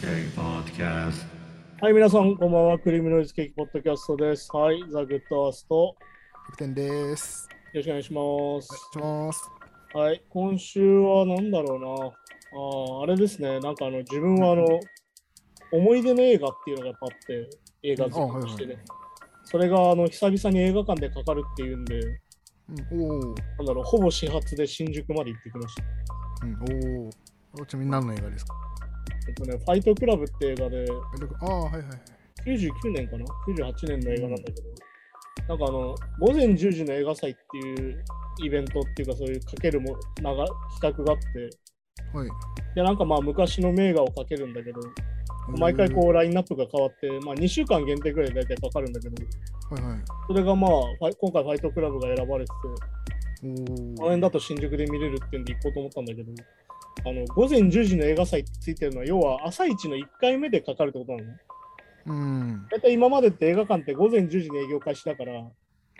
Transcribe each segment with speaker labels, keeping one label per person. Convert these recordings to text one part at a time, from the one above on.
Speaker 1: Cake Podcast.
Speaker 2: はい、皆さん、こんばんは。クリームノイズケーキポッドキャストです。はい、ザ・グッドアースト。よ
Speaker 3: 100点です。
Speaker 2: ろしくお願いします。
Speaker 3: します。
Speaker 2: はい、今週は何だろうな。ああ、あれですね。なんかあの、自分はあの、思い出の映画っていうのがやっぱあって、映画好きとしてね。それがあの、久々に映画館でかかるっていうんで、
Speaker 3: うん、おお、
Speaker 2: なんだろう、ほぼ始発で新宿まで行ってきました。
Speaker 3: うん、おお。こっちみんなの映画ですか
Speaker 2: えっとね、ファイトクラブって映画で、
Speaker 3: ああ、はいはい。
Speaker 2: 99年かな ?98 年の映画なんだけど、なんかあの、午前10時の映画祭っていうイベントっていうか、そういうかけるもなが企画があって、
Speaker 3: はい。
Speaker 2: で、なんかまあ昔の名画をかけるんだけど、毎回こうラインナップが変わって、まあ2週間限定くらいで大体かかるんだけど、
Speaker 3: う。はいはい。
Speaker 2: それがまあ、ファイ今回ファイトクラブが選ばれてて、
Speaker 3: お
Speaker 2: この
Speaker 3: お。
Speaker 2: 辺だと新宿で見れるってんで行こうと思ったんだけど、あの午前10時の映画祭ってついてるのは、要は朝一の1回目でかかるってことなのね。
Speaker 3: うん。
Speaker 2: 大体今までって映画館って午前10時に営業開始だから、
Speaker 3: はい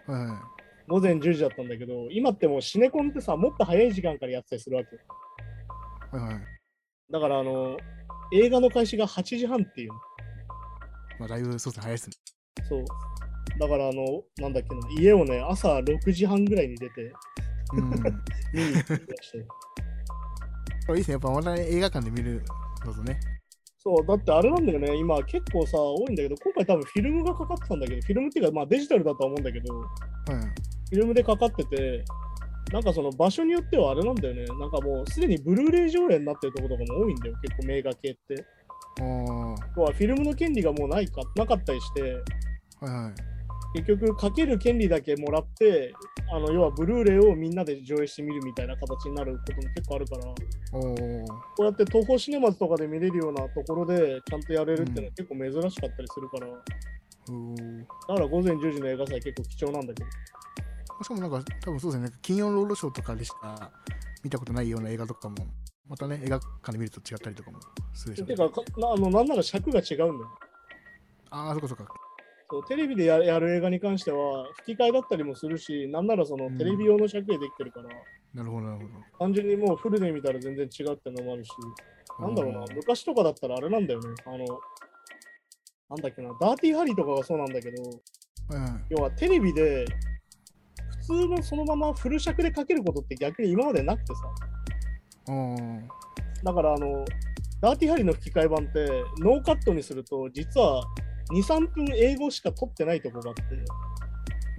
Speaker 3: はい。
Speaker 2: 午前10時だったんだけど、今ってもうシネコンってさ、もっと早い時間からやってたりするわけ。
Speaker 3: はいはい。
Speaker 2: だから、あの、映画の開始が8時半っていうの。
Speaker 3: まあ、だいぶそうですね、早いですね。
Speaker 2: そう。だから、あの、なんだっけな、家をね、朝6時半ぐらいに出て、
Speaker 3: うん。こ
Speaker 2: 見に行ってきまして。
Speaker 3: れいいですね。やっぱ、また映画館で見るのとね。
Speaker 2: そう、だってあれなんだよね、今結構さ、多いんだけど、今回多分フィルムがかかってたんだけど、フィルムっていうか、まあデジタルだとは思うんだけど、
Speaker 3: はいはい。
Speaker 2: フィルムでかかってて、なんかその場所によってはあれなんだよね、なんかもうすでにブルーレイ上映になってるところとかも多いんだよ、結構名画系って。
Speaker 3: あ
Speaker 2: 要はフィルムの権利がもうないかなかったりして、
Speaker 3: あ。はいはい。
Speaker 2: 結局かける権利だけもらって、あの要はブルーレイをみんなで上映してみるみたいな形になることも結構あるから、こう
Speaker 3: おお。
Speaker 2: やって東宝シネマズとかで見れるようなところでちゃんとやれるっていうのは結構珍しかったりするから、
Speaker 3: おお。
Speaker 2: だから午前10時の映画祭結構貴重なんだけど、
Speaker 3: しかもなんか、多分そうですね。金曜ロードショーとかでしか見たことないような映画とかも、またね、映画館で見ると違ったりとかもするでしょう
Speaker 2: て
Speaker 3: ね、
Speaker 2: かかなあのなんなら尺が違うんだよ。
Speaker 3: ああ、そっかそっか。
Speaker 2: そうテレビでややる映画に関しては吹き替えだったりもするし、なんならその
Speaker 3: うん
Speaker 2: テレビ用の尺でできてるから、
Speaker 3: なるほど、なるほ
Speaker 2: 単純にもうフルで見たら全然違うってのもあるし、
Speaker 3: ど。
Speaker 2: なんだろうな、昔とかだったらあれなんだよね。あの、なんだっけな、ダーティーハリーとかがそうなんだけど、
Speaker 3: な。はいはい。
Speaker 2: 要はテレビで、普通のそのままフル尺でかけることって逆に今までなくてさ。
Speaker 3: おお。
Speaker 2: だからあの、ダーティーハリーの吹き替え版って、ノーカットにすると、実は2、3分英語しか撮ってないとこがあって、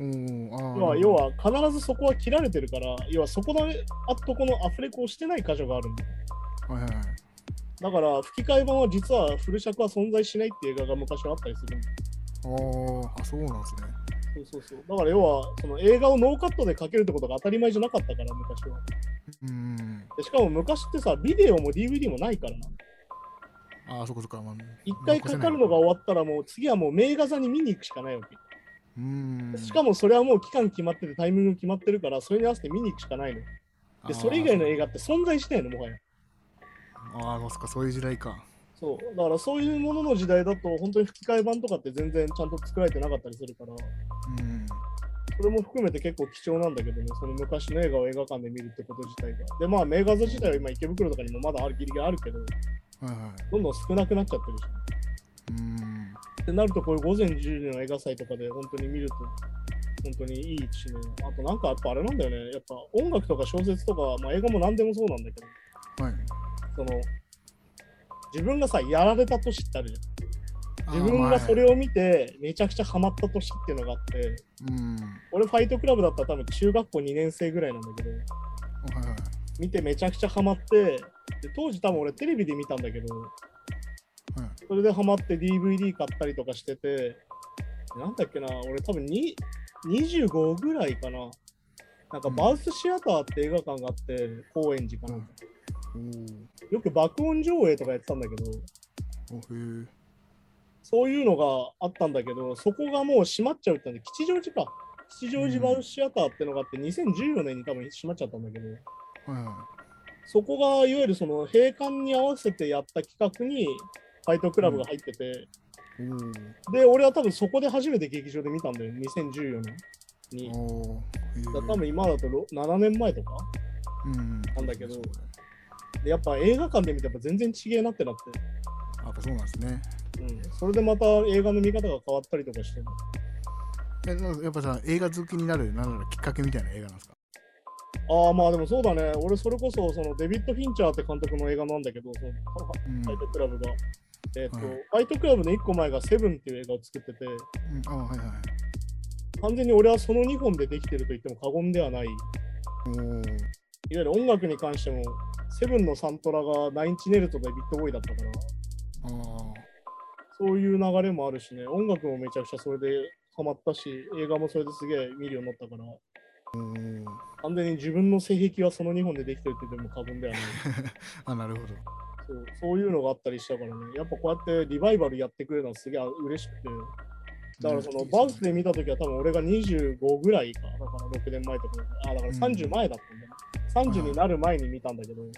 Speaker 3: おお。ああ。
Speaker 2: 要は要は必ずそこは切られてるから、要はそこのあとこのアフレコをしてない箇所があるんだよ
Speaker 3: はいはいはい。
Speaker 2: だから吹き替え版は実はフル尺は存在しないっていう映画が昔はあったりするんだ
Speaker 3: ああ、そうなんですね。
Speaker 2: そうそうそう。だから要は、その映画をノーカットでかけるってことが当たり前じゃなかったから、昔は。
Speaker 3: うん。
Speaker 2: でしかも昔ってさ、ビデオも DVD もないからな。
Speaker 3: ああ、そこそこ。まあ
Speaker 2: 一回かかるのが。終わったらもう次はもう名画座に見に行くしかないわけ。
Speaker 3: うん。
Speaker 2: しかもそれはもう期間決まっててタイミング決まってるから、それに合わせて見に行くしかないの。で、それ以外の映
Speaker 3: 画。
Speaker 2: 画って存在しないの、もはや。
Speaker 3: ああ、そっか、そういう時代か。
Speaker 2: そう。だからそういうものの時代だと、本当に吹き替え版とかって全然ちゃんと作られてなかったりするから、
Speaker 3: うん。
Speaker 2: それも含めて結構貴重なんだけどね、その昔の映画を映画館で見るってこと自体が。で、まあ、名画座自体は今池袋とかにもまだあるギリギリあるけど、
Speaker 3: はいは
Speaker 2: どんどん少なくなっちゃってるし。
Speaker 3: い。うん。
Speaker 2: ってなると、こういう午前10時の映画祭とかで本当に見ると、本当にいいしね。あとなんかやっぱあれなんだよね。やっぱ音楽とか小説とか、まあ映画も何でもそうなんだけど、
Speaker 3: はい。
Speaker 2: その、自分がさ、やられた年ってあるじ
Speaker 3: あ
Speaker 2: ゃ
Speaker 3: ー
Speaker 2: ん。自分がそれ
Speaker 3: ま
Speaker 2: を見て、めちゃくちゃハマった年っていうのがあって、
Speaker 3: あうん。は
Speaker 2: 俺ファイトクラブだったら多分中学校2年生ぐらいなんだけど、
Speaker 3: いはい。
Speaker 2: 見てめちゃくちゃハマって、で当時多分俺テレビで見たんだけど、
Speaker 3: はい
Speaker 2: それでハマって DVD 買ったりとかしてて、なんだっけな、俺多分に25ぐらいかな。なんか
Speaker 3: うん
Speaker 2: バウスシアターって映画館があって、高円寺かな。
Speaker 3: お
Speaker 2: よく爆音上映とかやってたんだけど、
Speaker 3: お。おへえ。
Speaker 2: そういうのがあったんだけど、そこがもう閉まっちゃうってんで、吉祥寺か。吉祥寺バウスシアターってのがあって、2014年に多分閉まっちゃったんだけど、
Speaker 3: はいは
Speaker 2: そこがいわゆるその閉館に合わせてやった企画にファイトクラブが入ってて、
Speaker 3: い。
Speaker 2: で、俺は多分そこで初めて劇場で見たんだよ、2014年に。
Speaker 3: おお。おお。へ
Speaker 2: だから多分今だとろ7年前とか
Speaker 3: うん。
Speaker 2: なんだけど
Speaker 3: そうそうそう
Speaker 2: でやっぱ映画館で見てやっぱ全然違えなってなって。
Speaker 3: あやっぱそうなんですね。
Speaker 2: うん、それでまた映画の見方が変わったりとかしても
Speaker 3: えなんかやっぱさ、映画好きになる、なんだろう、きっかけみたいな映画なんですか
Speaker 2: ああまあでもそうだね俺それこそそのデビッド・フィンチャーって監督の映画なんだけどそのフ
Speaker 3: うん。う
Speaker 2: ァイトクラブが、えっと
Speaker 3: はい
Speaker 2: ファイトクラブの1個前が「セブンっていう映画を作ってて
Speaker 3: ん、あはいはいはい。
Speaker 2: 完全に俺はその2本でできてると言っても過言ではないいわ
Speaker 3: おー
Speaker 2: ゆる音楽に関してもセブンのサントラがナインチネルとデビッド・ボーイだったから
Speaker 3: あー
Speaker 2: そういう流れもあるしね音楽もめちゃくちゃそれでハマったし映画もそれですげえ見るようになったから
Speaker 3: おー
Speaker 2: 完全に自分の性癖はその2本でできてるって言っても過言ではない
Speaker 3: あ、なるほど。
Speaker 2: そうそういうのがあったりしたからね、やっぱこうやってリバイバルやってくれるのはすげえ嬉しくて、だからそのバウスで見たときは多分俺が25ぐらいか、だから6年前とかだから、あだから30前だったんだ、30になる前に見たんだけど、
Speaker 3: うん。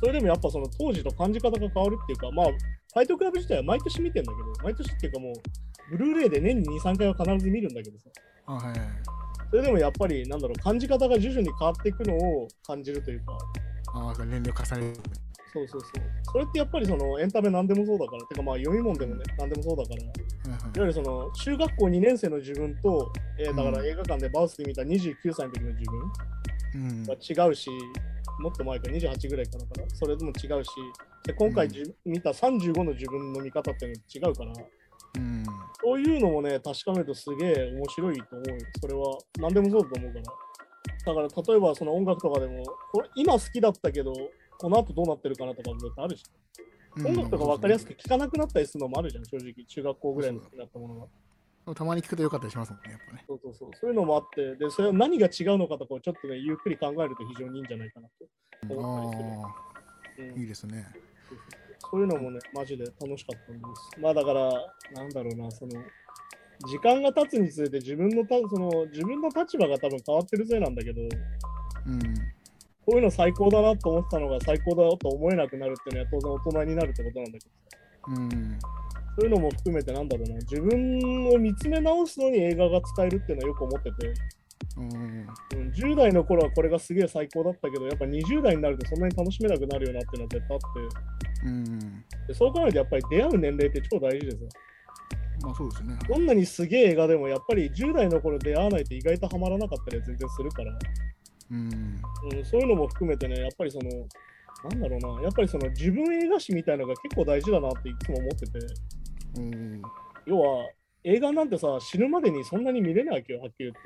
Speaker 2: それでもやっぱその当時と感じ方が変わるっていうか、まあ、ファイトクラブ自体は毎年見てんだけど、毎年っていうかもう、ブルーレイで年に2、3回は必ず見るんだけどさ、
Speaker 3: あ、はいはいはい。
Speaker 2: それでもやっぱり、なんだろう、感じ方が徐々に変わっていくのを感じるというか、
Speaker 3: ああ、年齢を重ねる。
Speaker 2: そうそうそう。それってやっぱりそのエンタメ何でもそうだから、てかまあ読み物でもね、何でもそうだから、いわ
Speaker 3: はいはい
Speaker 2: ゆるその中学校2年生の自分と、えーだか
Speaker 3: う
Speaker 2: ら
Speaker 3: ん
Speaker 2: 映画館でバウスで見た29歳の時の自
Speaker 3: うん。
Speaker 2: 分が違うし、もっと前か28ぐらいからから、それでも違うし、で今回じ、見た35の自分の見方っていうのも違うから、
Speaker 3: うん。
Speaker 2: そういうのもね、確かめるとすげえ面白いと思うよ。それは何でもそうだと思うから。だから例えばその音楽とかでも、これ今好きだったけど、この後どうなってるかなとかも絶対あるし。音楽とか分かりやすく聴かなくなったりするのもあるじゃん、正直。中学校ぐらいの好きだったものが。
Speaker 3: く。たまに聞くとよかったりしますもんね、やっぱね。
Speaker 2: そうそうそう。そういうのもあって、で、それは何が違うのかとかをちょっとね、ゆっくり考えると非常にいいんじゃないかなと思ったり
Speaker 3: あ
Speaker 2: する。
Speaker 3: あ、
Speaker 2: う
Speaker 3: い
Speaker 2: ん
Speaker 3: いですね。
Speaker 2: そういうのもね、マジで楽しかったんです。まあだから、なんだろうな、その、時間が経つにつれて自分のたその自分の立場が多分変わってるせいなんだけど、
Speaker 3: うん。
Speaker 2: こういうの最高だなと思ってたのが最高だと思えなくなるっていうのは当然大人になるってことなんだけど。
Speaker 3: うん。
Speaker 2: そういうのも含めてなんだろうな、自分を見つめ直すのに映画が使えるっていうのはよく思ってて、
Speaker 3: う
Speaker 2: う
Speaker 3: ん。
Speaker 2: ん、10代の頃はこれがすげえ最高だったけど、やっぱ20代になるとそんなに楽しめなくなるよなっていうのは絶対あ
Speaker 3: うん。
Speaker 2: って、でそう考えるとやっぱり出会う年齢って超大事ですよ。
Speaker 3: まあそうですね。
Speaker 2: どんなにすげえ映画でもやっぱり10代の頃出会わないと意外とハマらなかったりは全然するから、
Speaker 3: うん。
Speaker 2: うん、そういうのも含めてね、やっぱりその、なんだろうな、やっぱりその自分映画史みたいのが結構大事だなっていつも思ってて、
Speaker 3: うん。
Speaker 2: 要は映画なんてさ、死ぬまでにそんなに見れないわけよ、はっきり言って。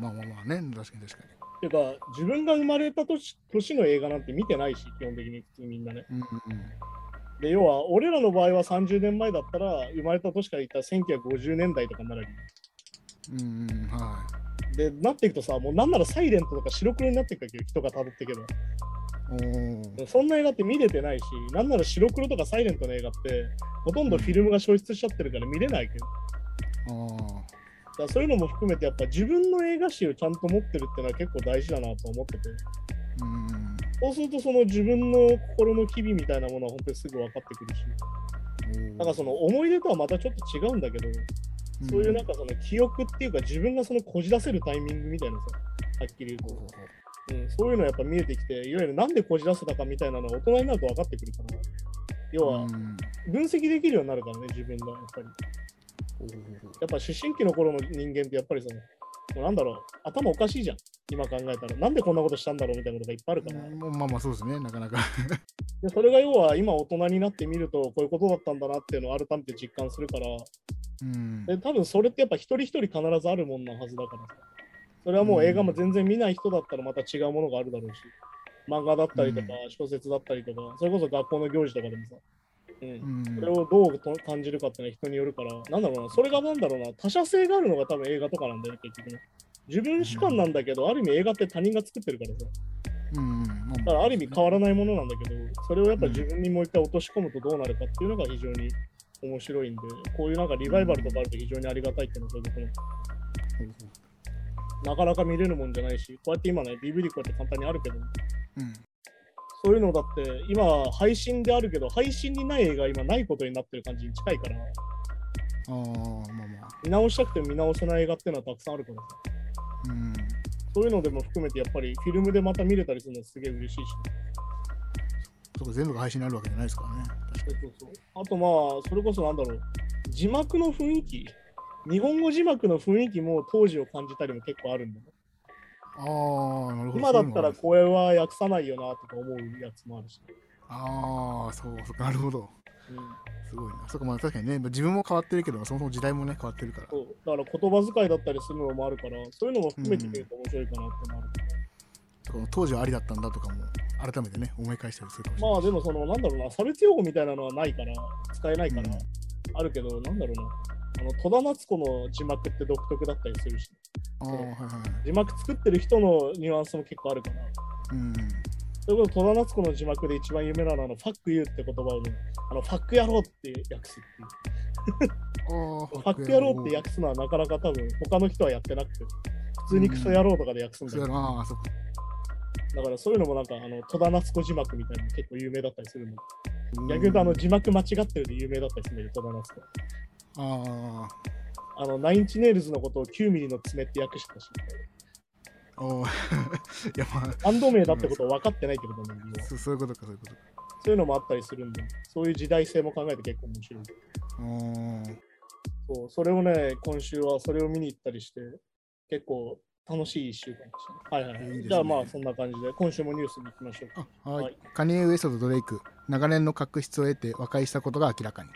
Speaker 3: まあまあまあね、確かに確か
Speaker 2: ていうか、自分が生まれた年年の映画なんて見てないし、基本的に普通みんなね。
Speaker 3: に。うん。
Speaker 2: で、要は、俺らの場合は30年前だったら、生まれた年からいったら1950年代とかになるわ
Speaker 3: うん。うん。は
Speaker 2: けで、なっていくとさ、もうなんならサイレントとか白黒になっていくわけよ、人が辿っていけば。
Speaker 3: い。お
Speaker 2: そんな映画って見れてないし、なんなら白黒とかサイレントの映画って、ほとんどフィルムが消失しちゃってるから見れないけど。
Speaker 3: お。ああ。
Speaker 2: だからそういうのも含めて、やっぱ自分の映画史をちゃんと持ってるってのは結構大事だなと思ってて。
Speaker 3: うん。
Speaker 2: そうすると、その自分の心の機微みたいなものは本当にすぐ分かってくるし。なんかその、思い出とはまたちょっと違うんだけど、そういうなんかその記憶っていうか自分がそのこじ出せるタイミングみたいなさ、はっきり言うと、うん、そういうのやっぱ見えてきて、いわゆるなんでこじ出せたかみたいなのは大人になると分かってくるから、要は分析できるようになるからね、自分がやっぱり。やっぱ思春期の頃の人間ってやっぱりその、もうなんだろう、頭おかしいじゃん、今考えたら。なんでこんなことしたんだろうみたいなことがいっぱいあるから。
Speaker 3: まあまあそうですね、なかなか。
Speaker 2: でそれが要は今大人になってみると、こういうことだったんだなっていうのを改めて実感するから、
Speaker 3: うん。
Speaker 2: で多分それってやっぱ一人一人必ずあるもんなはずだからさそれはもう映画も全然見ない人だったらまた違うものがあるだろうし漫画だったりとか
Speaker 3: う
Speaker 2: 小説だったりとかそれこそ学校の行事とかでもさ、うん、それ
Speaker 3: ん。
Speaker 2: をどうと感じるかってのは人によるからなんだろうなそれがなんだろうな他者性があるのが多分映画とかなんだよね結局ね自分主観なんだけど、ある意味映画って他人が作ってるからさ
Speaker 3: うん。
Speaker 2: だからある意味変わらないものなんだけどそれをやっぱ自分にもう一回落とし込むとどうなるかっていうのが非常に面白いんでこういうなんかリバイバルとかあると非常にありがたいっていうのはそういうことなんだよねなかなか見れるもんじゃないし、こうやって今ね、DVD こうやって簡単にあるけど、
Speaker 3: うん。
Speaker 2: そういうのだって、今、配信であるけど、配信にない映画、今、ないことになってる感じに近いから、
Speaker 3: ああ、まあまあ。
Speaker 2: 見直したくても見直せない映画っていうのはたくさんあるからさ、
Speaker 3: うん。
Speaker 2: そういうのでも含めて、やっぱりフィルムでまた見れたりするのはすげえ嬉しいし、
Speaker 3: そこ全部が配信になるわけじゃないですからね。
Speaker 2: そうそうそうあとまあ、それこそなんだろう、字幕の雰囲気、日本語字幕の雰囲気も当時を感じたりも結構あるんだよね。
Speaker 3: ああ、なるほど。
Speaker 2: 今だったら
Speaker 3: そういうのも
Speaker 2: これは訳さないよなとか思うやつもあるし。
Speaker 3: ああ、そうそう、なるほど。
Speaker 2: うん、
Speaker 3: すごいな。そうか、まあ確かにね、自分も変わってるけど、そもそも時代もね、変わってるから。
Speaker 2: そうだから言葉遣いだったりするのもあるから、そういうのも含めてみると面白いかなってのもあるけど、
Speaker 3: とか当時はありだったんだとかも、改めてね、思い返したりするかもしれない。
Speaker 2: まあでもその、なんだろうな、差別用語みたいなのはないから、使えないから、
Speaker 3: うん
Speaker 2: あるけど、なんだろうな。あの戸田夏子の字幕って独特だったりするし、
Speaker 3: ああ、はいはい。
Speaker 2: 字幕作ってる人のニュアンスも結構あるから、
Speaker 3: うん。
Speaker 2: それこそ戸田夏子の字幕で一番有名なのはあのファックユーって言葉を、ね、あのファック野郎って訳すっていう。
Speaker 3: あ
Speaker 2: ファック野郎って訳すのはなかなか多分他の人はやってなくて、普通にクソ野郎とかで訳すんだ
Speaker 3: そう
Speaker 2: けど、
Speaker 3: やな、ああ、そっか。
Speaker 2: だからそういうのもなんかあの戸田夏子字幕みたいなの結構有名だったりするの。
Speaker 3: うん
Speaker 2: 逆に言うとあの字幕間違ってるで有名だったりするんだけど、戸田夏子。
Speaker 3: あ
Speaker 2: あの、ナインチネイルズのことを9ミリの爪って訳してたし、
Speaker 3: あ、おー いやま
Speaker 2: バンド名だってことを分かってないってことなんだけど、
Speaker 3: あそ、そういうことか、そういうことか。
Speaker 2: そういうのもあったりするんで、そういう時代性も考えて結構面白い。
Speaker 3: うーん。
Speaker 2: そう、それをね、今週はそれを見に行ったりして、結構楽しい1週間でした、ね。はいはい
Speaker 3: い
Speaker 2: はいい。
Speaker 3: ですね
Speaker 2: じゃあまあそんな感じで、今週もニュースに行きましょう。
Speaker 3: あはい、
Speaker 2: はい
Speaker 3: カニエ・ウエストとドレイク、長年の確執を得て和解したことが明らかに。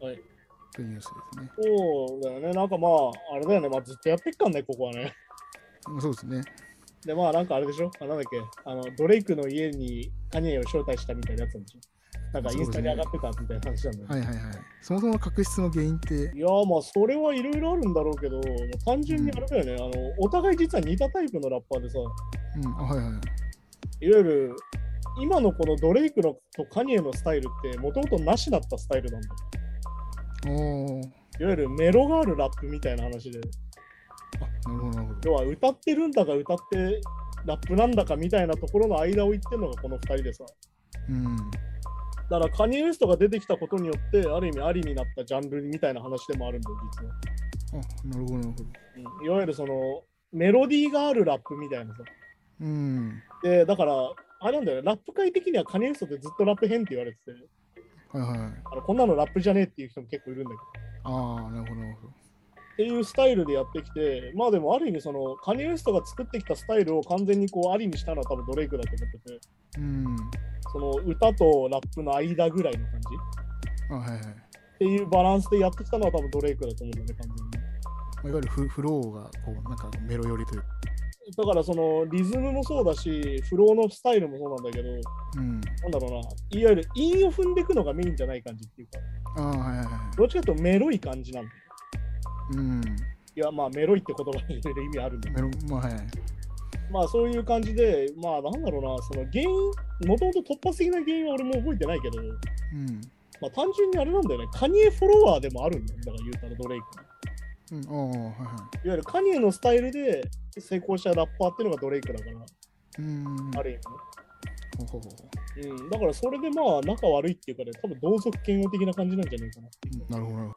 Speaker 2: はい。
Speaker 3: というニュースですね。
Speaker 2: そうだよね、なんかまあ、あれだよね、まあずっとやってっかんね、ここはね。
Speaker 3: まあそうですね。
Speaker 2: で、まあなんかあれでしょ、あなんだっけ、あの、ドレイクの家にカニエを招待したみたいなやつなんでしょ。なんかインスタに上がってたみたいな話なんだよね。
Speaker 3: はいはいはい。そもそも確執の原因って、
Speaker 2: いやーまあそれはいろいろあるんだろうけど、もう単純にあれだよね、あのお互い実は似たタイプのラッパーでさ、
Speaker 3: うん、あはいはい。
Speaker 2: いわゆる今のこのドレイクのとカニエのスタイルってもともとなしだったスタイルなんだよ。
Speaker 3: おー
Speaker 2: いわゆるメロがあるラップみたいな話で、
Speaker 3: あ、なるほどなるほど。
Speaker 2: 要は歌ってるんだか歌ってラップなんだかみたいなところの間を言ってるのがこの2人でさ。
Speaker 3: うん。
Speaker 2: だからカニエ・ウエストが出てきたことによって、ある意味ありになったジャンルみたいな話でもあるんだよ、実は。
Speaker 3: あ、なるほどなるほど。
Speaker 2: うんいわゆるそのメロディーがあるラップみたいなさ。
Speaker 3: うん。
Speaker 2: で、だから、あれなんだよね、ラップ界的にはカニエ・ウエストってずっとラップ変って言われてて、
Speaker 3: はいはい。
Speaker 2: あのこんなのラップじゃねえっていう人も結構いるんだけど。
Speaker 3: ああ、なるほどなるほ
Speaker 2: っていうスタイルでやってきて、まあでもある意味そのカニエ・ウエストが作ってきたスタイルを完全にこうありにしたのは多分ドレイクだと思ってて、
Speaker 3: ど。うん。
Speaker 2: その歌とラップの間ぐらいの感じっ
Speaker 3: あはいはい。ま
Speaker 2: ていうバランスでやってきたのは多分ドレイクだと思うんだよね、完全
Speaker 3: あ、いわゆるフフローが、こう、なんかメロ寄りというか。
Speaker 2: に。だからそのリズムもそうだし、フローのスタイルもそうなんだけど、
Speaker 3: うん。
Speaker 2: なんだろうな、いわゆる韻を踏んでいくのがメインじゃない感じっていうか、
Speaker 3: ああ、はいはいは
Speaker 2: どっちかというとメロい感じなんだよ。
Speaker 3: い。うん。
Speaker 2: いや、まあメロいって言葉に入れる意味あるんだけど
Speaker 3: メロ、まあはいはい。
Speaker 2: まあそういう感じで、まあなんだろうな、その原因、もともと突発的な原因は俺も覚えてないけど、
Speaker 3: うん。
Speaker 2: まあ、単純にあれなんだよね、カニエフォロワーでもあるんだよ、だから言うたらドレイクは。
Speaker 3: うん、ああ、はいはい
Speaker 2: わゆるカニエのスタイルで成功したラッパーっていうのがドレイクだから、
Speaker 3: い。うん。
Speaker 2: あ
Speaker 3: れ
Speaker 2: る意
Speaker 3: ほうほうほう。
Speaker 2: 味ね。うん、だからそれでまあ仲悪いっていうかね、多分同族嫌悪的な感じなんじゃないかなっていう。
Speaker 3: なるほどなるほ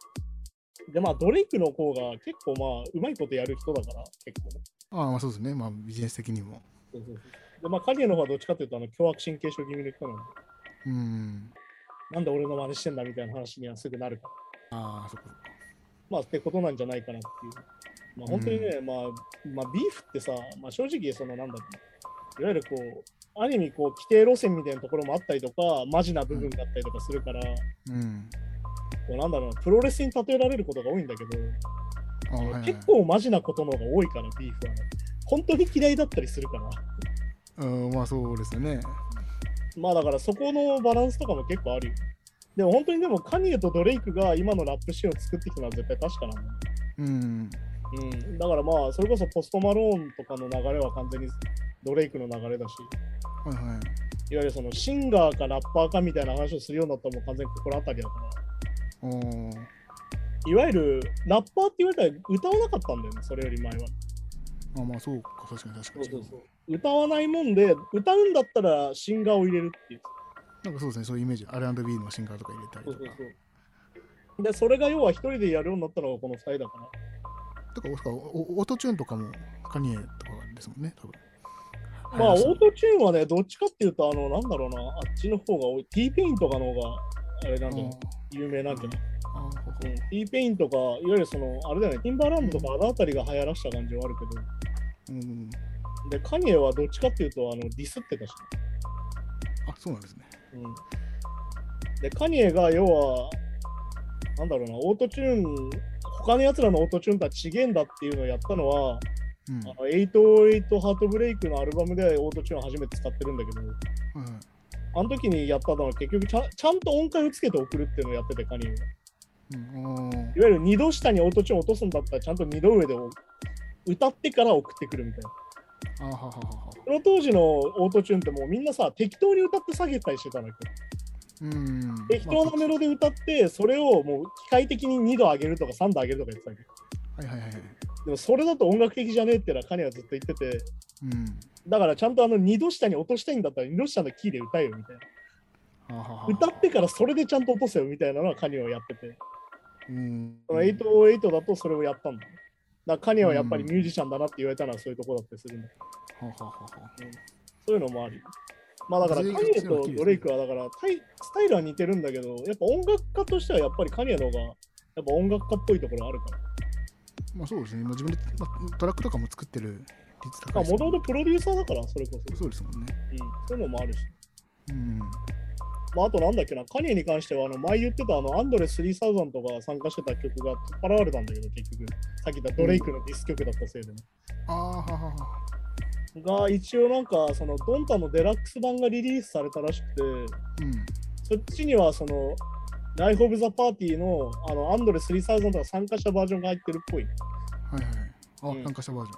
Speaker 2: でまあドレイクの方が結構まあうまいことやる人だから、結構ね。
Speaker 3: ど。ああ、まあそうですね。まあビジネス的にも。
Speaker 2: そうそうそうでまあカニエの方はどっちかっていうとあの凶悪神経症気味の人なんで、
Speaker 3: うん。
Speaker 2: なんで俺の真似してんだみたいな話にはすぐなるから。
Speaker 3: ああ、そっかそっか。
Speaker 2: まあってことなんじゃないかなっていう。まあ本当にね、まあ、まあビーフってさ、まあ正直そのなんだろうな、いわゆるこう、ある意味こう、規定路線みたいなところもあったりとか、マジな部分があったりとかするから、こ
Speaker 3: うん。
Speaker 2: うなんだろうな、プロレスに例えられることが多いんだけど、
Speaker 3: ああ、はいはい。
Speaker 2: 結構マジなことの方が多いから、ビーフはね。本当に嫌いだったりするから。
Speaker 3: うん、まあそうですよね。
Speaker 2: まあだからそこのバランスとかも結構あるよ。でも本当にでもカニエとドレイクが今のラップシーンを作ってきたのは絶対確かなんだよ
Speaker 3: うん。
Speaker 2: うん、だからまあ、それこそポストマローンとかの流れは完全にドレイクの流れだし、
Speaker 3: はいはい。
Speaker 2: いわゆるそのシンガーかラッパーかみたいな話をするようになったらもう完全に心当たりだから、
Speaker 3: おお。
Speaker 2: いわゆるラッパーって言われたら歌わなかったんだよね、それより前は。
Speaker 3: あまあそうか、確かに確かに。
Speaker 2: 歌わないもんで、歌うんだったらシンガーを入れるっていう。
Speaker 3: なんかそうですね、そういうイメージ。R&B のシンガーとか入れたりとか。
Speaker 2: そうで、それが要は一人でやるようになったのがこの二人だから。
Speaker 3: とか、おおおオートチューンとかもカニエとかですもんね、多分。
Speaker 2: まあ、オ
Speaker 3: 流行
Speaker 2: ートチューンはね、どっちかっていうと、あの、なんだろうな、あっちの方が多い。T ペインとかの方があれなんだ
Speaker 3: う
Speaker 2: よ
Speaker 3: ん
Speaker 2: 有名なんだよ
Speaker 3: あーほうほ
Speaker 2: う、
Speaker 3: うん
Speaker 2: T ペインとか、いわゆるその、あれだよね、ティンバーランドとかあの辺りが流行らした感じはあるけど、
Speaker 3: うん
Speaker 2: で、カニエはどっちかっていうと、あの、ディスってたし、
Speaker 3: あそうなんですね。
Speaker 2: うん。で、カニエが要は、なんだろうな、オートチューン、他のやつらのオートチューンとは違えんだっていうのをやったのは、
Speaker 3: うん
Speaker 2: あの808ハートブレイクのアルバムでオートチューン初めて使ってるんだけど、
Speaker 3: はいはい
Speaker 2: あの時にやったのは結局ちゃんちゃんと音階をつけて送るっていうのをやってて、カニエは。
Speaker 3: うん、あ
Speaker 2: いわゆる二度下に音ちを落とすんだったらちゃんと二度上で歌ってから送ってくるみたいな。
Speaker 3: ーあーはははは。
Speaker 2: その当時のオートチューンってもうみんなさ適当に歌って下げたりしてたのよ。
Speaker 3: うん。
Speaker 2: 適当なメロで歌ってそれをもう機械的に2度上げるとか3度上げるとか言ってたわけ
Speaker 3: はいはいはいはい。
Speaker 2: でもそれだと音楽的じゃねえってのは彼はずっと言ってて
Speaker 3: うん。
Speaker 2: だからちゃんとあの二度下に落としたいんだったら二度下のキーで歌えよみたいな
Speaker 3: あーははは
Speaker 2: 歌ってからそれでちゃんと落とせよみたいなのはカニはやってて
Speaker 3: うん。
Speaker 2: その808だとそれをやったんだだからカニはやっぱりミュージシャンだなって言われたのはそういうとこだったりするんだ
Speaker 3: はははは。
Speaker 2: そういうのもあり。まあだから
Speaker 3: 全員
Speaker 2: カニエ
Speaker 3: 強い
Speaker 2: と
Speaker 3: ですね
Speaker 2: ドレイクはだからタイスタイルは似てるんだけど、やっぱ音楽家としてはやっぱりカニエの方がやっぱ音楽家っぽいところあるから。
Speaker 3: まあそうですね。まあ自分で、まあ、トラックとかも作ってる率高
Speaker 2: まあ
Speaker 3: いです
Speaker 2: も
Speaker 3: か
Speaker 2: と
Speaker 3: ら
Speaker 2: もとプロデューサーだから、それこそ。
Speaker 3: そうですもんね。
Speaker 2: うん、そういうのもあるし。
Speaker 3: うん。
Speaker 2: まああとなんだっけな、カニエに関してはあの前言ってたあのアンドレ3000とか参加してた曲が取っ払われたんだけど、結局。さっき言ったドレイクのディス曲だったせいでね。
Speaker 3: あーははは。
Speaker 2: が一応なんかそのドンタのデラックス版がリリースされたらしくて、
Speaker 3: うん。
Speaker 2: そっちにはその、ライフ・オブ・ザ・パーティーのあのアンドレ3000とか参加したバージョンが入ってるっぽい。
Speaker 3: はいはい。あ、
Speaker 2: うん
Speaker 3: なんかしたバージ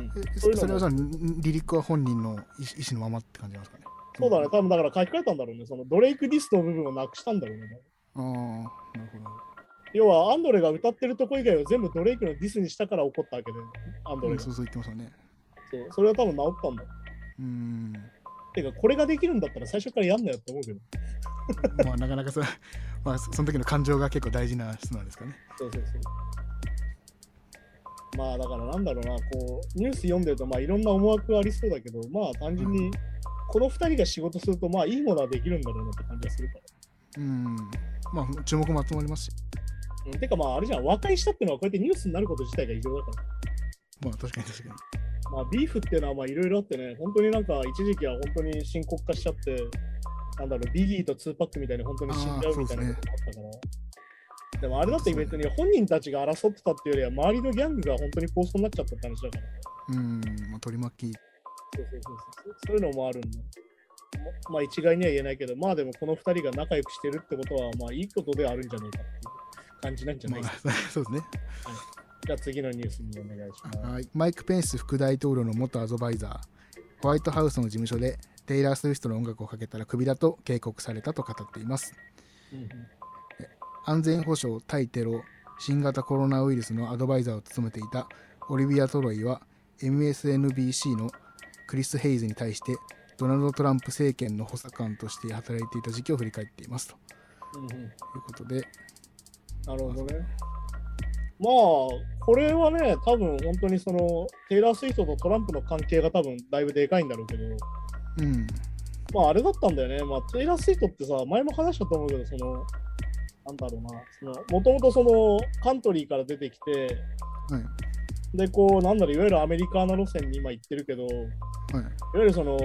Speaker 2: う
Speaker 3: ン。
Speaker 2: ん、
Speaker 3: え
Speaker 2: そういうのも
Speaker 3: それはさ、リリックは本人の意思意思のままって感じなんですかね。
Speaker 2: そうだね、。多分だから書き換えたんだろうね。そのドレイク・ディスの部分をなくしたんだろうね。
Speaker 3: ああ、なるほど。
Speaker 2: 要はアンドレが歌ってるとこ以外を全部ドレイクのディスにしたから怒ったわけで、アンド
Speaker 3: う
Speaker 2: レ
Speaker 3: ん
Speaker 2: が。
Speaker 3: そうそう言ってましたね。
Speaker 2: そうそれは多分治ったんだ。
Speaker 3: うん。
Speaker 2: てか、これができるんだったら最初からやんなよって思うけど。
Speaker 3: まあなかなかさ、まあそその時の感情が結構大事な人なんですかね。
Speaker 2: そうそうそう。まあだからなんだろうな、こう、ニュース読んでると、まあいろんな思惑はありそうだけど、まあ単純
Speaker 3: う
Speaker 2: に、この2人が仕事すると、まあいいものはできるんだろうなって感じがするか
Speaker 3: うん。まあ注目も集まりますし、
Speaker 2: ら。うん、てかまああれじゃん、和解したっていうのはこうやってニュースになること自体が異常だから。
Speaker 3: まあ確かに確かに。
Speaker 2: まあビーフっていうのはまあいろいろあってね、本当になんか一時期は本当に深刻化しちゃって、なんだろう、ビギーとツーパックみたいに本当に死んじゃうみたいなこともあったから。でもあれだって別に本人たちが争ってたっていうよりは、周りのギャングが本当に抗争になっちゃったって話だから。
Speaker 3: うん、まあ取り巻き。
Speaker 2: そうそうそうそうそういうのもあるんだ。ままあ一概には言えないけど、まあでもこの2人が仲良くしてるってことは、まあいいことではあるんじゃないかっていう感じなんじゃな
Speaker 3: ま
Speaker 2: い
Speaker 3: あ
Speaker 2: ですか。、
Speaker 3: そうですね。
Speaker 2: じゃあ次のニュースにお願いします。
Speaker 3: はい、マイク・ペンス副大統領の元アドバイザー、ホワイトハウスの事務所でテイラー・スウィフトの音楽をかけたらクビだと警告されたと語っています。
Speaker 2: うん
Speaker 3: 安全保障、対テロ、新型コロナウイルスのアドバイザーを務めていたオリビア・トロイは MSNBC のクリス・ヘイズに対してドナルド・トランプ政権の補佐官として働いていた時期を振り返っていますと
Speaker 2: うんうん
Speaker 3: いうことで、
Speaker 2: なるほどね。まあ、これはね、多分本当にそのテイラー・スウィフトとトランプの関係が多分だいぶでかいんだろうけど、
Speaker 3: うん、
Speaker 2: まああれだったんだよね。まあテイラー・スウィフトってさ、前も話したと思うけど、その、なんだろうな、その、もともとそのカントリーから出てきて、
Speaker 3: はい、
Speaker 2: で、こう、なんだろう、いわゆるアメリカの路線に今行ってるけど、い
Speaker 3: はい、
Speaker 2: わゆるその、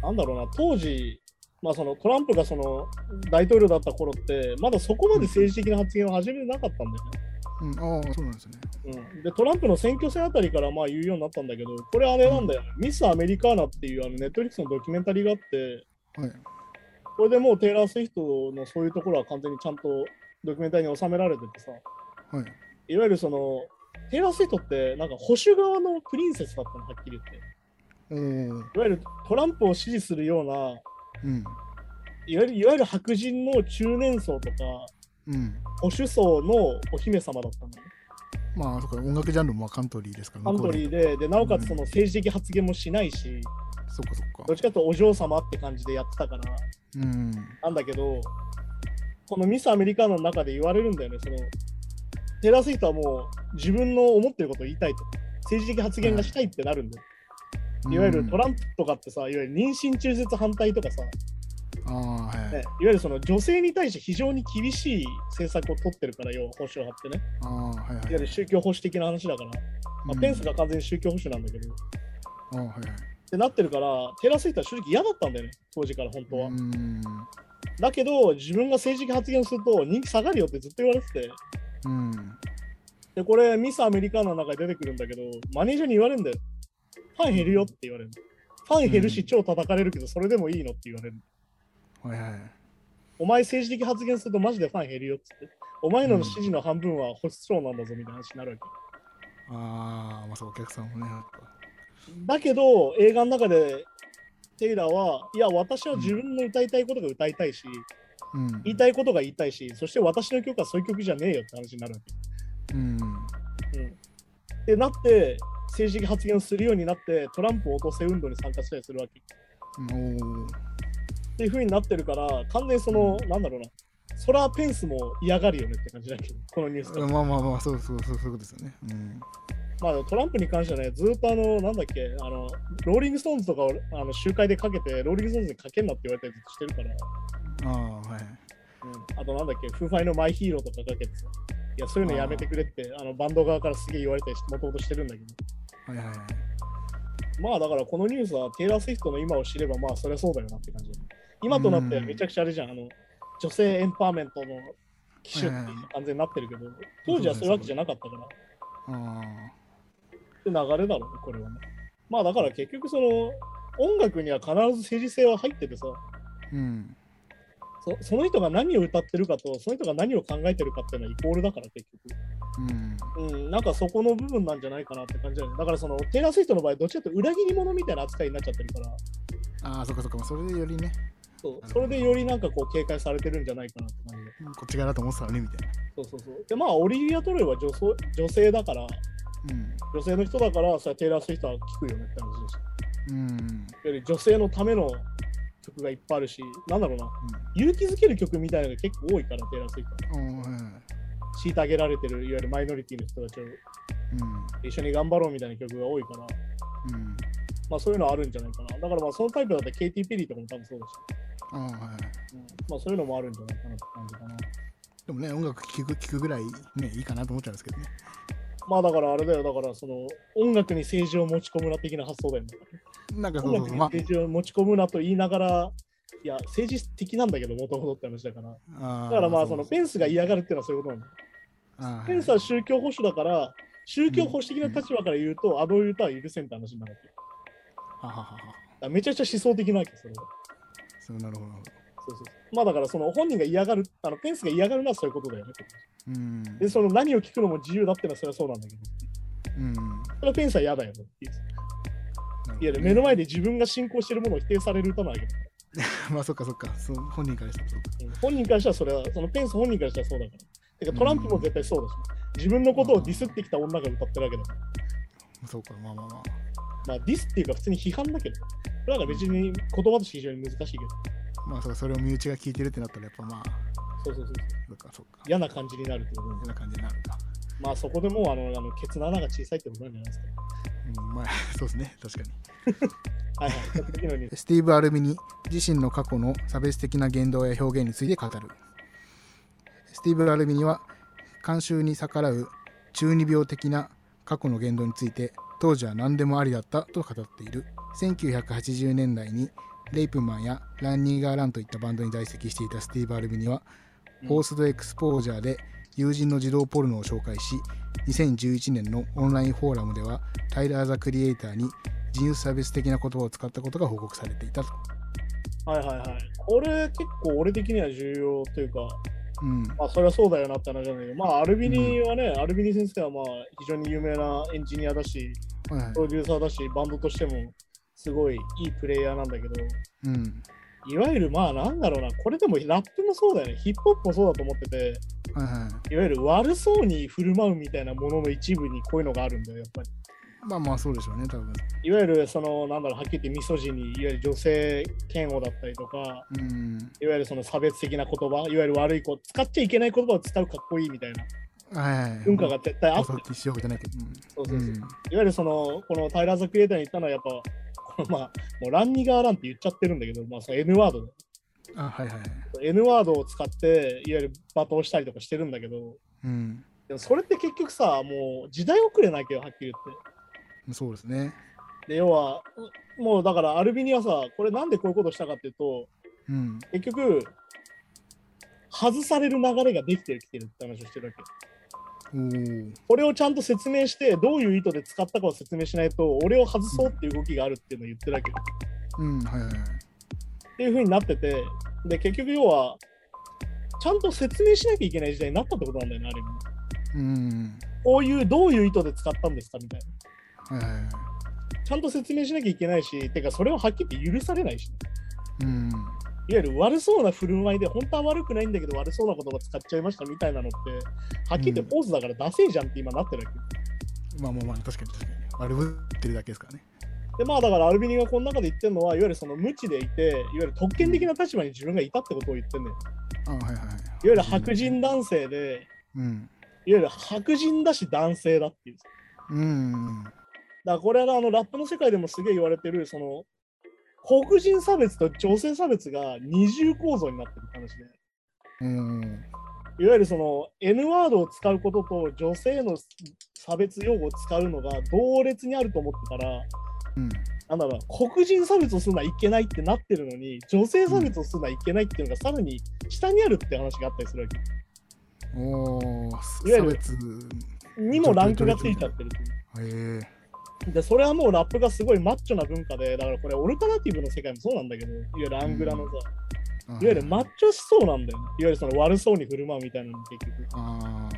Speaker 2: なんだろうな、当時、まあ、そのトランプがその大統領だった頃って、まだそこまで政治的な発言を始めてなかったんだよ
Speaker 3: うん、ああ、そうなんですね。
Speaker 2: ね。うん、で、トランプの選挙戦あたりからまあ言うようになったんだけど、これあれなんだよ、ミス・アメリカーナっていうあのネットフリックスのドキュメンタリーがあって、
Speaker 3: はい、
Speaker 2: これでもうテイラー・スウィフトのそういうところは完全にちゃんとドキュメンタリーに収められててさ、
Speaker 3: はい、
Speaker 2: いわゆるその、テイラー・スウィフトってなんか保守側のプリンセスだったの、はっきり言って。
Speaker 3: おー
Speaker 2: いわゆるトランプを支持するような、いわ
Speaker 3: うん、
Speaker 2: ゆるいわゆる白人の中年層とか、
Speaker 3: うん。
Speaker 2: 保守層のお姫様だったのね。
Speaker 3: まあ、そっか、音楽ジャンルもまあカントリーですから
Speaker 2: カントリー
Speaker 3: 向こ
Speaker 2: で、でなおかつその
Speaker 3: う
Speaker 2: 政治的発言もしないし、
Speaker 3: うでそっかそっ
Speaker 2: ど
Speaker 3: か
Speaker 2: っ。ちかというとお嬢様って感じでやってたから、
Speaker 3: うん。
Speaker 2: なんだけど、このミス・アメリカーナの中で言われるんだよね、その、テラスイートはもう自分の思ってることを言いたいと。政治的発言がしたいってなるんだよ。いわゆるトランプとかってさ、いわゆる妊娠中絶反対とかさ、
Speaker 3: プ、ああ、は
Speaker 2: ね、
Speaker 3: い。
Speaker 2: いわゆるその女性に対して非常に厳しい政策を取ってるから、要は保守派ってね。
Speaker 3: ああ、はいはい
Speaker 2: いわゆる宗教保守的な話だから、まあ、ペンスが完全に宗教保守なんだけど、っ
Speaker 3: うん、ああ、はいはい。
Speaker 2: てなってるから、テラスイートは正直嫌だったんだよね、当時から本当は。
Speaker 3: うん。
Speaker 2: だけど、自分が政治的発言をすると人気下がるよってずっと言われてて、
Speaker 3: うん。
Speaker 2: で、これ、ミスアメリカーナの中で出てくるんだけど、マネージャーに言われるんだよ。ファン減るよって言われる。ファン減る
Speaker 3: う
Speaker 2: し、
Speaker 3: ん
Speaker 2: 超叩かれるけど、それでもいいのって言われる。
Speaker 3: はいはい。
Speaker 2: お前政治的発言するとマジでファン減るよっつって。お前の支持の半分は保守層なんだぞみたいな話になるわけ。
Speaker 3: ああ、まあそう、お客さんもね。
Speaker 2: だけど、映画の中でテイラーは、いや、私は自分の歌いたいことが歌いたいし、
Speaker 3: うん。
Speaker 2: 言いたいことが言いたいし、そして私の曲はそういう曲じゃねえよって話になるわ
Speaker 3: うん。
Speaker 2: け。うん。ってなって、政治的発言をするようになって、トランプを落とせ運動に参加したりするわけ。っ
Speaker 3: おお。
Speaker 2: ていう風になってるから、完全にその、なんだろうな、ソラーペンスも嫌がるよねって感じだけど、このニュースと
Speaker 3: まあまあまあ、そうそうそう、そういうことですよね。うん。
Speaker 2: まあ、トランプに関してはね、ずっとあの、なんだっけ、あの、ローリングストーンズとかをあの集会でかけて、ローリングストーンズにかけんなって言われたりしてるから、
Speaker 3: ああ、はい。
Speaker 2: あとなんだっけ、フーファイのマイヒーローとかかけてさ、いや、そういうのやめてくれって、あのバンド側からすげえ言われたりして、もともとしてるんだけど、
Speaker 3: はいはいはい。
Speaker 2: まあだからこのニュースは、テイラー・スウィフトの今を知れば、まあそりゃそうだよなって感じだね今となってはめちゃくちゃあれじゃん、あの、女性エンパワーメントの機種って完全になってるけど、当時はそういうわけじゃなかったから、
Speaker 3: あ
Speaker 2: って流れだろうね、これはね。まあだから結局その音楽には必ず政治性は入っててさ
Speaker 3: あ。うん。
Speaker 2: そ、その人が何を歌ってるかと、その人が何を考えてるかっていうのはイコールだから結
Speaker 3: うん。
Speaker 2: 局。うん、なんかそこの部分なんじゃないかなって感じだよね。だからそのテイラー・スウィフトの場合、どっちかというと裏切り者みたいな扱いになっちゃってるから、
Speaker 3: ああ、そっかそっか。まあそれでよりね、
Speaker 2: そうそれでよりなんかこう警戒されてるんじゃないかなって感じで。
Speaker 3: こっち側だと思ってたのね、みたいな。
Speaker 2: そうそうそう。で、まあオリビア・トロイは女装女性だから、女性の人だから、それはテイラー・スウィフトは聞くよねって話でした。
Speaker 3: うん。うん。
Speaker 2: より女性のための曲がいっぱいあるし、なんだろうな。勇気づける曲みたいなのが結構多いから、テイラー・スウィフトは。
Speaker 3: うん。おーはいはい。
Speaker 2: 虐げられてる、いわゆるマイノリティの人たちを
Speaker 3: うん。
Speaker 2: 一緒に頑張ろうみたいな曲が多いから、
Speaker 3: うん。
Speaker 2: まあそういうのはあるんじゃないかな。だからまあそのタイプだったらケイティ・ペリーとかも多分そうだし、
Speaker 3: ああ、はい。
Speaker 2: まあそういうのもあるんじゃないかなって感じかな。
Speaker 3: でもね、音楽聴く聞くぐらいね、いいかなと思っちゃうんですけどね。
Speaker 2: まあだからあれだよ、だからその音楽に政治を持ち込むな的な発想だよね。
Speaker 3: なんかそ
Speaker 2: 音
Speaker 3: うそ
Speaker 2: 楽に
Speaker 3: うそう、ま
Speaker 2: 政治を持ち込むなと言いながら、いや、政治的なんだけど、もともとって話だから。
Speaker 3: あ
Speaker 2: だ
Speaker 3: ー
Speaker 2: からまあその
Speaker 3: う
Speaker 2: ペンスが嫌がるっていうのはそういうことなんだ。
Speaker 3: あー
Speaker 2: ペンスは宗教保守だから、宗教保守的な立場から言うと、あの歌は許せんって話になるわけ。
Speaker 3: はははは。
Speaker 2: あめちゃくちゃ思想的なわけ、それは。
Speaker 3: そうなるほど。なるほ
Speaker 2: そうそうそうまあだから、その本人が嫌がる、あのペンスが嫌がるのはそういうことだよね。
Speaker 3: どうん。
Speaker 2: で、その何を聞くのも自由だってのはそれはそうなんだけど、
Speaker 3: うん。
Speaker 2: それはペンスは嫌だよねっていう。いや、で
Speaker 3: な
Speaker 2: 目
Speaker 3: るほどね
Speaker 2: の前で自分が信仰してるものを否定される歌なわけだから。
Speaker 3: まあそっかそっか。そう本人からしたらそうか。
Speaker 2: うん本人からしたらそれは、そのペンス本人からしたらそうだから。てか、トランプも絶対そうだし、自分のことをディスってきた女が歌ってるわけだから。
Speaker 3: そうか、まあまあまあ。
Speaker 2: まあ、ディスっていうか、普通に批判だけど、だから別に言葉として非常に難しいけど、
Speaker 3: まあそうそれを身内が聞いてるってなったらやっぱまあ、
Speaker 2: そうそうそうそう。
Speaker 3: そっかそっか。
Speaker 2: 嫌な感じになると思うん
Speaker 3: 嫌
Speaker 2: で、
Speaker 3: な感じになるか。
Speaker 2: まあそこでもうあのあのケツの穴が小さいってことなんじゃないですか。
Speaker 3: うん、まあそうですね、確かに。
Speaker 2: はいはい。じゃあ次のニュース
Speaker 3: スティーブ・アルミニ自身の過去の差別的な言動や表現について語るスティーブ・アルミニは慣習に逆らう中二病的な過去の言動について当時は何でもありだったと語っている1980年代にレイプマンやランニーガーランといったバンドに在籍していたスティーブ・アルミニは
Speaker 2: うん
Speaker 3: フォースドエクスポージャーで友人の児童ポルノを紹介し2011年のオンラインフォーラムではタイラー・ザ・クリエイターに人種差別的な言葉を使ったことが報告されていたと。
Speaker 2: はいはいはい。これ結構俺的には重要というか、
Speaker 3: うん、
Speaker 2: まあそれはそうだよなって話なんだけど、まあアルビニはね、アルビニ先生はまあ非常に有名なエンジニアだし、
Speaker 3: はい
Speaker 2: プロデューサーだし、バンドとしてもすごいいいプレイヤーなんだけど、
Speaker 3: うん、
Speaker 2: いわゆるまあなんだろうな、これでもラップもそうだよね、ヒップホップもそうだと思ってて、
Speaker 3: はいはい。
Speaker 2: いわゆる悪そうに振る舞うみたいなものの一部にこういうのがあるんだよ、やっぱり。
Speaker 3: まあまあそうでしょうね、多分。
Speaker 2: いわゆるそのなんだろうはっきり言ってミソジにいわゆる女性嫌悪だったりとか
Speaker 3: うん、
Speaker 2: いわゆるその差別的な言葉いわゆる悪い子使っちゃいけない言葉を使うかっこいいみたいな
Speaker 3: はいはい。
Speaker 2: 文化が絶対あ
Speaker 3: あ
Speaker 2: って、
Speaker 3: そうってしようじゃないけど。
Speaker 2: そう
Speaker 3: う
Speaker 2: そうそういわ
Speaker 3: ん、
Speaker 2: ゆるそのこのタイラー・ザ・クリエイターに言ったのはやっぱこのまあもうランニガーランって言っちゃってるんだけどまあその N ワードで
Speaker 3: あはいはいはい
Speaker 2: N ワードを使っていわゆる罵倒したりとかしてるんだけど
Speaker 3: うん
Speaker 2: でもそれって結局さもう時代遅れなきゃはっきり言って
Speaker 3: そうですね
Speaker 2: で要はうもうだからアルビニはさこれなんでこういうことしたかっていうと
Speaker 3: うん
Speaker 2: 結局外される流れができてきてるって話をしてるわけ
Speaker 3: おー
Speaker 2: これをちゃんと説明してどういう意図で使ったかを説明しないと俺を外そうっていう動きがあるっていうのを言ってるわけよ
Speaker 3: うんはいはいはい
Speaker 2: っていう風になっててで結局要はちゃんと説明しなきゃいけない時代になったってことなんだよねある意味
Speaker 3: うん
Speaker 2: こういうどういう意図で使ったんですかみたいな
Speaker 3: はいはいはい
Speaker 2: ちゃんと説明しなきゃいけないしてかそれをはっきり言って許されないし
Speaker 3: うん
Speaker 2: いわゆる悪そうな振る舞いで、本当は悪くないんだけど悪そうな言葉使っちゃいましたみたいなのって、はっきり言ってポーズだからダセえじゃんって今なってるわけ。
Speaker 3: まあまあまあ確かに確かに悪ぶってるだけですからね
Speaker 2: で、まあだからアルビニがこの中で言ってるのは、いわゆるその無知でいて、いわゆる特権的な立場に自分がいたってことを言ってんねんいわ
Speaker 3: あはいはいはいいわ
Speaker 2: ゆる白人男性で、
Speaker 3: うん
Speaker 2: いわゆる白人だし男性だっていう。
Speaker 3: うん
Speaker 2: だからこれはあのラップの世界でもすげえ言われてる、その黒人差別と女性差別が二重構造になってるって話で、
Speaker 3: うん
Speaker 2: いわゆるその N ワードを使うことと女性の差別用語を使うのが同列にあると思ってたら、
Speaker 3: うん
Speaker 2: なんだろう、黒人差別をするのはいけないってなってるのに、女性差別をするのはいけないっていうのがさらに下にあるって話があったりするわけ。
Speaker 3: おー
Speaker 2: いわ
Speaker 3: 差
Speaker 2: ゆる
Speaker 3: 別
Speaker 2: にもランクがついちゃってるってい
Speaker 3: へえ
Speaker 2: う。で、それはもうラップがすごいマッチョな文化で、だからこれオルタナティブの世界もそうなんだけど、いわゆるアングラのさ、
Speaker 3: あ
Speaker 2: いわゆるマッチョ思想なんだよ、ね。いわゆるその悪そうに振る舞うみたいなの結局。
Speaker 3: あ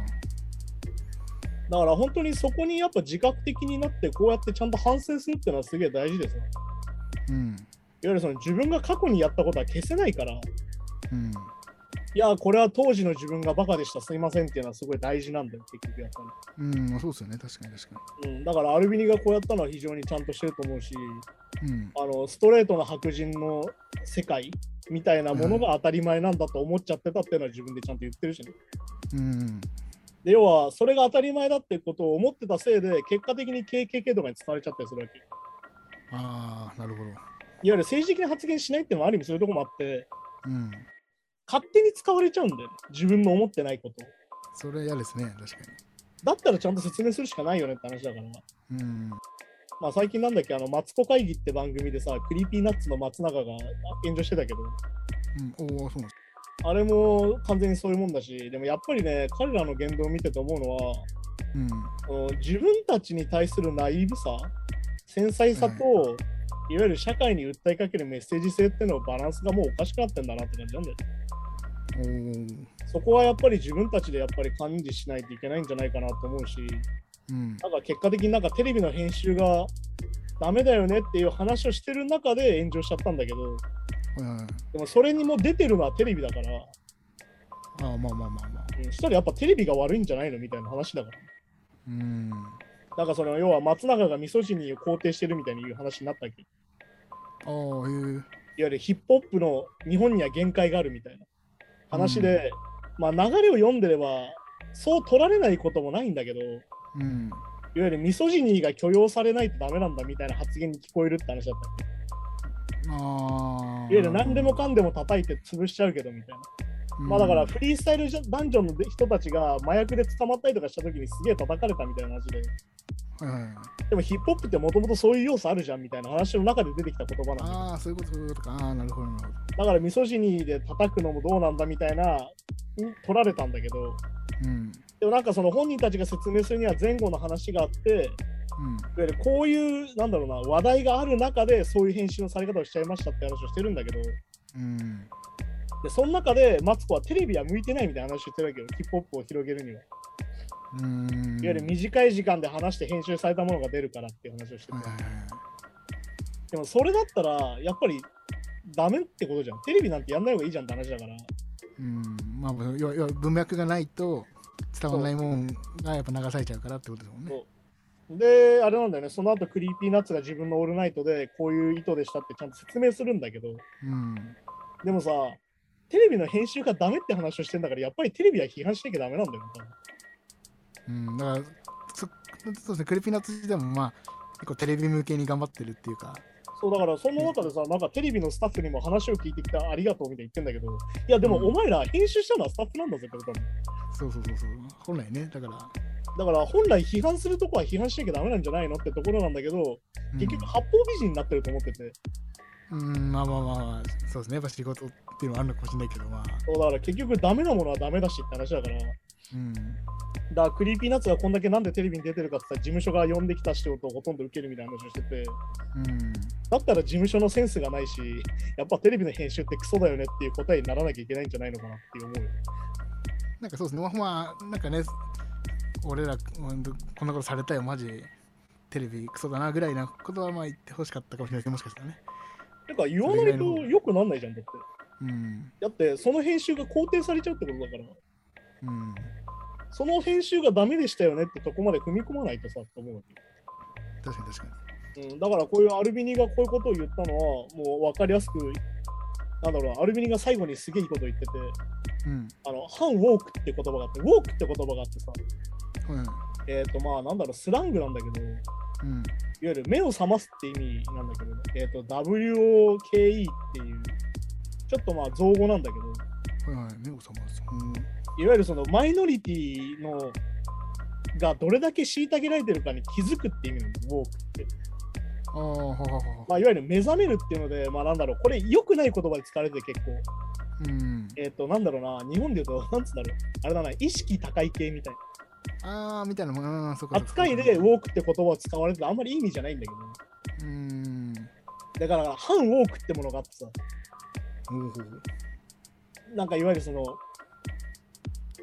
Speaker 2: だから本当にそこにやっぱ自覚的になって、こうやってちゃんと反省するっていうのはすげえ大事ですよ。
Speaker 3: ーうん
Speaker 2: いわゆるその自分が過去にやったことは消せないから、い
Speaker 3: うん
Speaker 2: や、これは当時の自分がバカでした、すいませんっていうのはすごい大事なんだよ、結局やっぱ
Speaker 3: うんまあそうですよね確かに確か
Speaker 2: り。うん、だからアルビニがこうやったのは非常にちゃんとしてると思うし、
Speaker 3: にうん
Speaker 2: あのストレートな白人の世界みたいなものが当たり前なんだと思っちゃってたっていうのは自分でちゃんと言ってるしね。
Speaker 3: うん
Speaker 2: で要は、それが当たり前だってことを思ってたせいで、結果的に KKK とかに使われちゃったりするわけ。
Speaker 3: ああなるほど
Speaker 2: いわゆる政治的な発言しないっていうのもある意味そういうとこもあって、
Speaker 3: うん
Speaker 2: 勝手に使われちゃうんだよね、自分の思ってないことを
Speaker 3: それは嫌ですね確か
Speaker 2: だったらちゃんと説明するしかないよねって話だから。
Speaker 3: にうん
Speaker 2: まあ、最近なんだっけ、あの、マツコ会議って番組でさ、クリーピーナッツの松永が炎上してたけど、
Speaker 3: うんおおそうなんです
Speaker 2: あれも完全にそういうもんだし、でもやっぱりね、彼らの言動を見てて思うのは、
Speaker 3: うん
Speaker 2: あの自分たちに対するナイーブさ、繊細さと、いわゆる社会に訴えかけるメッセージ性っていうのをバランスがもうおかしくなってんだなって感じなんだよ。
Speaker 3: おー
Speaker 2: そこはやっぱり自分たちでやっぱり管理しないといけないんじゃないかなと思うし、
Speaker 3: うん
Speaker 2: なんか結果的になんかテレビの編集がダメだよねっていう話をしてる中で炎上しちゃったんだけど、
Speaker 3: はいはいはい
Speaker 2: でもそれにもう出てるのはテレビだから、
Speaker 3: あーまあまあまあまあ
Speaker 2: うん、そしたらやっぱテレビが悪いんじゃないのみたいな話だから。
Speaker 3: うん
Speaker 2: なんかその要は松永がミソジニーを肯定してるみたいにいう話になったっけいわ
Speaker 3: ああへえ
Speaker 2: ゆるヒップホップの日本には限界があるみたいな話で、まあ流れを読んでればそう取られないこともないんだけど、い
Speaker 3: うん
Speaker 2: わゆるミソジニーが許容されないとダメなんだみたいな発言に聞こえるって話だったっけ
Speaker 3: ああ
Speaker 2: いわゆる何でもかんでも叩いて潰しちゃうけどみたいな。まあだからフリースタイルじゃダンジョンの人たちが麻薬で捕まったりとかした時にすげえ叩かれたみたいな話で。
Speaker 3: はいはいはい
Speaker 2: でもヒップホップってもともとそういう要素あるじゃんみたいな話の中で出てきた言葉なんだ
Speaker 3: ああそういうことそういうことかああなるほどなるほ
Speaker 2: だからミソジニーで叩くのもどうなんだみたいなに取られたんだけど
Speaker 3: どうん
Speaker 2: でもなんかその本人たちが説明するには前後の話があっていわ
Speaker 3: うん
Speaker 2: ゆるこういうなんだろうな話題がある中でそういう編集のされ方をしちゃいましたって話をしてるんだけど
Speaker 3: うん
Speaker 2: でその中でマツコはテレビは向いてないみたいな話をしてるわけどヒップホップを広げるには。
Speaker 3: うん
Speaker 2: いわゆる短い時間で話して編集されたものが出るからっていう話をしてて、
Speaker 3: はいはいはいはい
Speaker 2: でもそれだったらやっぱりダメってことじゃんテレビなんてやんない方がいいじゃんって話だから
Speaker 3: うんまあ要は要は文脈がないと伝わらないもんがやっぱ流されちゃうからってことですもんね。
Speaker 2: であれなんだよねその後クリーピーナッツが自分の「オールナイト」でこういう意図でしたってちゃんと説明するんだけど
Speaker 3: うん。
Speaker 2: でもさテレビの編集がダメって話をしてんだからやっぱりテレビは批判しなきゃダメなんだよね多分
Speaker 3: うん、だからそそうですね、クリピナッツ自体もまあ結構テレビ向けに頑張ってるっていうか、
Speaker 2: そうだからその中でさ、なんかテレビのスタッフにも話を聞いてきたありがとうみたいな言ってんだけど、いやでも
Speaker 3: うん
Speaker 2: お前ら編集したのはスタッフなんだぜ、これ多分。
Speaker 3: そうそうそうそう。本来ね、だか
Speaker 2: だ
Speaker 3: ら、
Speaker 2: から本来批判するとこは批判しなきゃダメなんじゃないのってところなんだけど、
Speaker 3: うん
Speaker 2: 結局八方美人になってると思ってて、
Speaker 3: うん、まあまあまあまあ、そうですね。やっぱ仕事っていうのはあるのかもしれないけど、まあ。
Speaker 2: そうだから結局ダメなものはダメだしって話だから、だか
Speaker 3: うん。
Speaker 2: らクリーピーナッツがこんだけなんでテレビに出てるかってさ、事務所が呼んできた仕事をほとんど受けるみたいな話をしてて、
Speaker 3: うん。
Speaker 2: だったら事務所のセンスがないし、やっぱテレビの編集ってクソだよねっていう答えにならなきゃいけないんじゃないのかなって思うよ。
Speaker 3: なんかそうですね。まあまあ、なんかね、俺ら、うんこんなことされたよ、マジ。テレビクソだなぐらいなことはまあ言ってほしかったかもしれないけど、もしかしたらね。
Speaker 2: てか言わないと良くなんないじゃんだって。
Speaker 3: うん。
Speaker 2: だってその編集が肯定されちゃうってことだから。
Speaker 3: うん。
Speaker 2: その編集がダメでしたよねってとこまで踏み込まないとさって思うわ
Speaker 3: 確かに確か
Speaker 2: け、うん、だからこういうアルビニがこういうことを言ったのはもう分かりやすくなんだろうアルビニが最後にすげえいいこと言ってて
Speaker 3: に。うん。
Speaker 2: あの反ウォークって言葉があってウォークって言葉があってさ
Speaker 3: うん。
Speaker 2: えっ、とまあなんだろうスラングなんだけどいわ
Speaker 3: うん。
Speaker 2: ゆる目を覚ますって意味なんだけど、えっと WOKE っていうちょっとまあ造語なんだけど
Speaker 3: はいはい。目を覚ます。うん。
Speaker 2: いわゆるそのマイノリティのがどれだけ虐げられてるかに気づくっていう意味なんです、ウォークって。
Speaker 3: ああ、はははは。
Speaker 2: まあ、いわゆる目覚めるっていうので、まあなんだろう、これ良くない言葉で使われてて結構、
Speaker 3: うん。
Speaker 2: えっ、と、なんだろうな、日本で言うと、なんつうんだろう、あれだな、意識高い系みたい
Speaker 3: ああ、みたいなもん。あーそっか
Speaker 2: な。
Speaker 3: そっか
Speaker 2: 扱いでウォークって言葉を使われててあんまり意味じゃないんだけど、
Speaker 3: うん。
Speaker 2: だから反ウォークってものがあってさ、
Speaker 3: ほうほう
Speaker 2: なんかいわゆるその、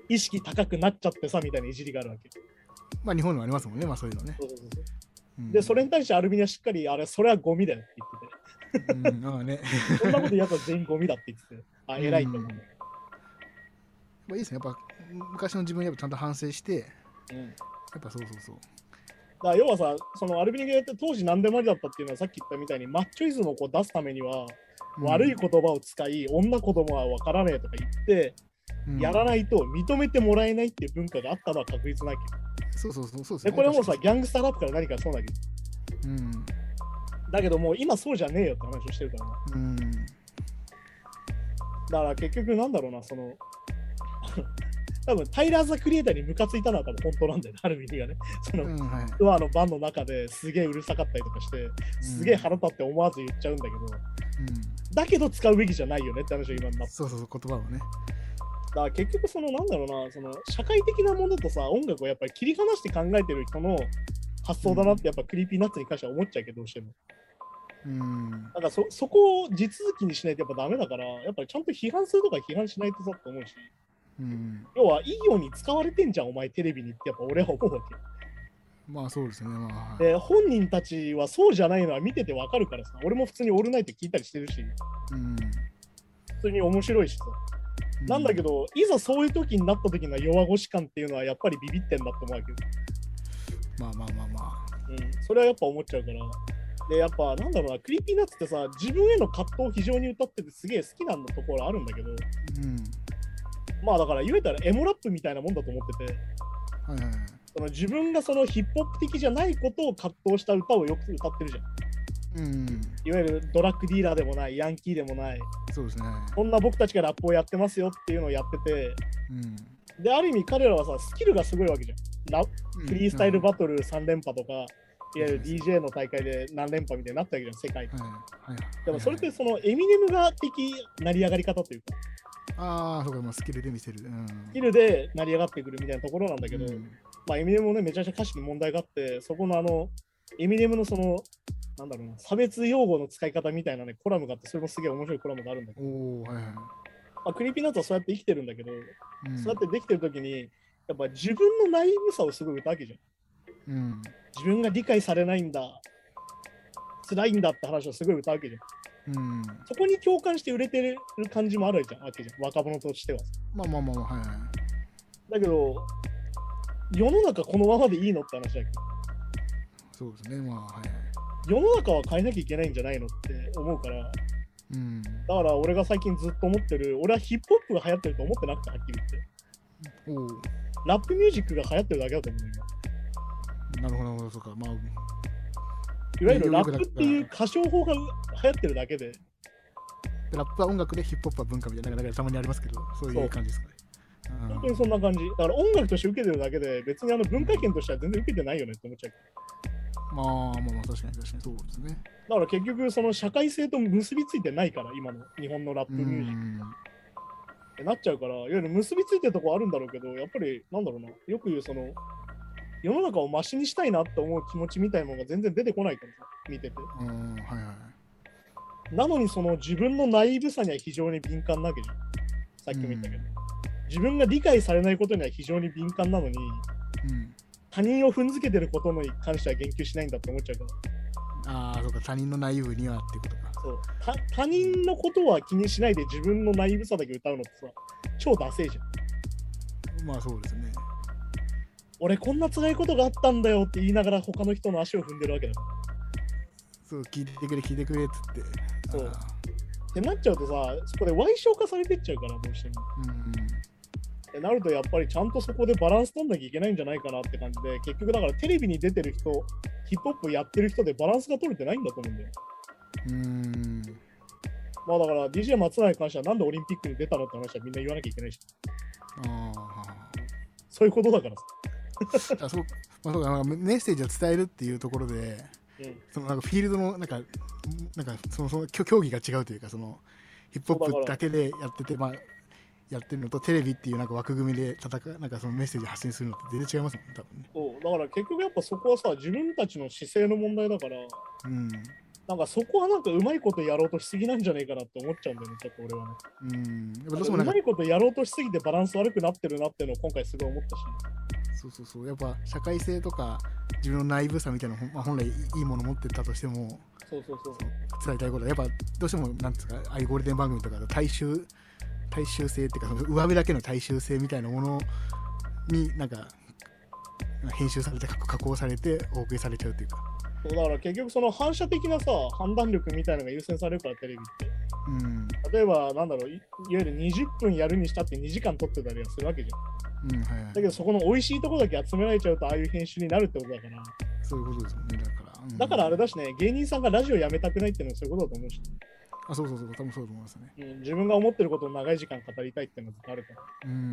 Speaker 2: 意識高くなっちゃってさみたいないじりがあるわけ。
Speaker 3: まあ日本にもありますもんね、まあそういうのね。
Speaker 2: そうそうそうそう
Speaker 3: うん
Speaker 2: で、それに対してアルミニはしっかり、あれ、それはゴミだよって言ってて。
Speaker 3: うん、まあね。
Speaker 2: そんなことやったら全員ゴミだって言ってて、あ、偉いと思う。
Speaker 3: まあいいですね。やっぱ昔の自分やっぱちゃんと反省して、や
Speaker 2: うんだ
Speaker 3: っぱそうそうそう。
Speaker 2: から要はさ、そのアルビニゲーって当時何でもありだったっていうのはさっき言ったみたいにマッチョイズムをこう出すためには、悪い言葉を使い、女子供は分からねえとか言って、
Speaker 3: うん
Speaker 2: やらないと認めてもらえないっていう文化があったのは確実なわけど。
Speaker 3: そうそうそうそうす
Speaker 2: で、
Speaker 3: ね
Speaker 2: これはもうさ、ギャングスターラップから何からそうだけど、
Speaker 3: うん。
Speaker 2: だけどもう今そうじゃねえよって話をしてるからな。
Speaker 3: うん。
Speaker 2: だから結局なんだろうな、その、 多分タイラー・ザ・クリエイターにムカついたのは多分本当なんだよね、アルビニがね。その、
Speaker 3: うん、はい。
Speaker 2: ドアのバンの中ですげえうるさかったりとかしてすげえ腹立って思わず言っちゃうんだけど、
Speaker 3: うん。
Speaker 2: だけど使うべきじゃないよねって話が今になっ
Speaker 3: そうそうそう、言葉をね。
Speaker 2: ただから結局そのなんだろうなその社会的なものとさ音楽をやっぱり切り離して考えてる人の発想だなってやっぱクリーピーナッツに関しては思っちゃうけどどうしても
Speaker 3: うん。
Speaker 2: だからそそこを地続きにしないとやっぱダメだからやっぱりちゃんと批判するとか批判しないとさって思うし
Speaker 3: うん。
Speaker 2: 要はいいように使われてんじゃんお前テレビにってやっぱ俺は思うわけ
Speaker 3: まあそうですね。まあ。
Speaker 2: で本人たちはそうじゃないのは見ててわかるからさ俺も普通にオールナイト聞いたりしてるし
Speaker 3: うん。
Speaker 2: 普通に面白いしさ、なんだけ
Speaker 3: ど。
Speaker 2: どいざそういう時になった時の弱腰感っていうのはやっぱりビビってんだと思うわけど、
Speaker 3: まあまあまあまあ。
Speaker 2: うん、それはやっぱ思っちゃうからでやっぱなんだろうなクリーピーナッツってさ自分への葛藤を非常に歌っててすげえ好きなんだところあるんだけど
Speaker 3: うん。
Speaker 2: まあだから言えたらエモラップみたいなもんだと思ってて
Speaker 3: はいはいはい。
Speaker 2: その自分がそのヒップホップ的じゃないことを葛藤した歌をよく歌ってるじゃん
Speaker 3: うん。
Speaker 2: いわゆるドラッグディーラーでもないヤンキーでもない
Speaker 3: そうですね。
Speaker 2: こんな僕たちがラップをやってますよっていうのをやってて
Speaker 3: うん。
Speaker 2: である意味彼らはさスキルがすごいわけじゃんラフリースタイルバトル3連覇とか、いわゆる DJ の大会で何連覇みたいになったわけじゃん、世界。
Speaker 3: はいはいはい。
Speaker 2: でもそれってそのエミネムが的成り上がり方というか、
Speaker 3: ああ、そうか、まあ、スキルで見せる。うん。
Speaker 2: スキルで成り上がってくるみたいなところなんだけど、
Speaker 3: うん
Speaker 2: まあエミネムもね、めちゃくちゃ歌詞に問題があって、そこのあの、エミネムのその、なんだろうな、差別用語の使い方みたいなね、コラムがあって、それもすげえ面白いコラムがあるんだけど、
Speaker 3: おお、はいはい。
Speaker 2: まあ、クリーピーナッツはそうやって生きてるんだけど、
Speaker 3: うん
Speaker 2: そうやってできてる時に、やっぱ自分のナイーブさをすごい歌うわけじゃん。
Speaker 3: うん。
Speaker 2: 自分が理解されないんだ、辛いんだって話をすごい歌うわけじゃん。
Speaker 3: うん。
Speaker 2: そこに共感して売れてる感じもあるわけじゃんわけじゃん若者としては。
Speaker 3: まあまあまあまあ、はいはい。
Speaker 2: だけど、世の中このままでいいのって話だけ
Speaker 3: そうですね、まあ、はいはい。
Speaker 2: ど、世の中は変えなきゃいけないんじゃないのって思うから、だ
Speaker 3: うん。
Speaker 2: から俺が最近ずっと思ってる、俺はヒップホップが流行ってると思ってなくて、はっきり言って。
Speaker 3: おお、
Speaker 2: ラップミュージックが流行ってるだけだと思うよ。
Speaker 3: なるほど、なるほど、そうか。まあ、
Speaker 2: いわゆるラップっていう歌唱法が流行ってるだけで、
Speaker 3: ラップは音楽でヒップホップは文化みたいな、なんかたまにありますけど、そういう感じですかね。うん
Speaker 2: 本当にそんな感じ。だから音楽として受けてるだけで、別にあの文化圏としては全然受けてないよねって思っちゃう。
Speaker 3: まあまあまあ、確かに確かにそうですね。
Speaker 2: だから結局、その社会性と結びついてないから、今の日本のラップ
Speaker 3: う
Speaker 2: ミュージック
Speaker 3: ん。
Speaker 2: ってなっちゃうから、いわゆる結びついてるとこあるんだろうけど、やっぱり、なんだろうな、よく言う、その、世の中をマシにしたいなって思う気持ちみたいなのが全然出てこないからさ、見てて。
Speaker 3: うん、はいはい。
Speaker 2: なのに、その自分のナイーブさには非常に敏感なわけじゃん。さっきも言ったけど。自分が理解されないことには非常に敏感なのに、
Speaker 3: うん。
Speaker 2: 他人を踏んづけてることに関しては言及しないんだって思っちゃうから。
Speaker 3: ああ、そうか、他人の内部にはっていうことか。
Speaker 2: そうた他人のことは気にしないで自分のナイーブさだけ歌うのってさ、超ダセえじゃん。
Speaker 3: まあそうですね。
Speaker 2: 俺こんな辛いことがあったんだよって言いながら他の人の足を踏んでるわけだから
Speaker 3: そう、聞いてくれ、聞いてくれっつって。
Speaker 2: そう
Speaker 3: あ
Speaker 2: ってなっちゃうとさそこで歪償化されてっちゃうからどうしても
Speaker 3: ーうん
Speaker 2: ってなるとやっぱりちゃんとそこでバランス取んなきゃいけないんじゃないかなって感じで結局だからテレビに出てる人ヒップホップやってる人でバランスが取れてないんだと思うんだよ
Speaker 3: うん。うん。
Speaker 2: まあだから DJ 松永に関してはなんでオリンピックに出たのって話はみんな言わなきゃいけないし
Speaker 3: ああ。
Speaker 2: そういうことだからさ、
Speaker 3: あそうまあ、そうかなんかメメッセージを伝えるっていうところで
Speaker 2: うん
Speaker 3: そのなんかフィールドのなんかんなんかそのその競競技が違うというかそのヒップホッ
Speaker 2: そう
Speaker 3: プ
Speaker 2: だから
Speaker 3: だけでやってて、まあ、やってるのとテレビっていうなんか枠組みで戦うなんかそのメッセージ発信するのって全然違いますもんね多
Speaker 2: そうだから結局やっぱそこはさ自分たちの姿勢の問題だから
Speaker 3: 分ね
Speaker 2: なんかそこはなんかうまいことやろうとしすぎなんじゃないかなって思っちゃうんだよねちょっと俺はね
Speaker 3: うんうんやっぱどうしてもな
Speaker 2: うん
Speaker 3: か
Speaker 2: まいことやろうとしすぎてバランス悪くなってるなっていうのを今回すごい思ったし、
Speaker 3: そうそうそうやっぱ社会性とか自分の内部さみたいなの、ほんまあ、本来いいもの持ってたとしても
Speaker 2: そうそうそう。
Speaker 3: 伝えたいことはやっぱどうしてもなんですかああいうゴールデン番組とかだと大衆大衆性っていうかその上辺だけの大衆性みたいなものになんか編集されて加加工されてお送りされちゃうっていうか
Speaker 2: そうだから結局その反射的なさ、判断力みたいなのが優先されるから、テレビっ
Speaker 3: うん
Speaker 2: て。例えば、なんだろうい、いわゆる20分やるにしたって2時間撮ってたりはするわけじゃん。
Speaker 3: うんはいは
Speaker 2: だ
Speaker 3: い
Speaker 2: けどそこの美味しいとこだけ集められちゃうと、ああいう編集になるってことだから。
Speaker 3: そういうことですもんねだから、うん
Speaker 2: だからあれだしね、芸人さんがラジオやめたくないっていうのはそういうことだと思うし、
Speaker 3: あそうそうそう多分そうだと思いますね
Speaker 2: うん、自分が思ってることを長い時間語りたいっていうのがあるから。
Speaker 3: うん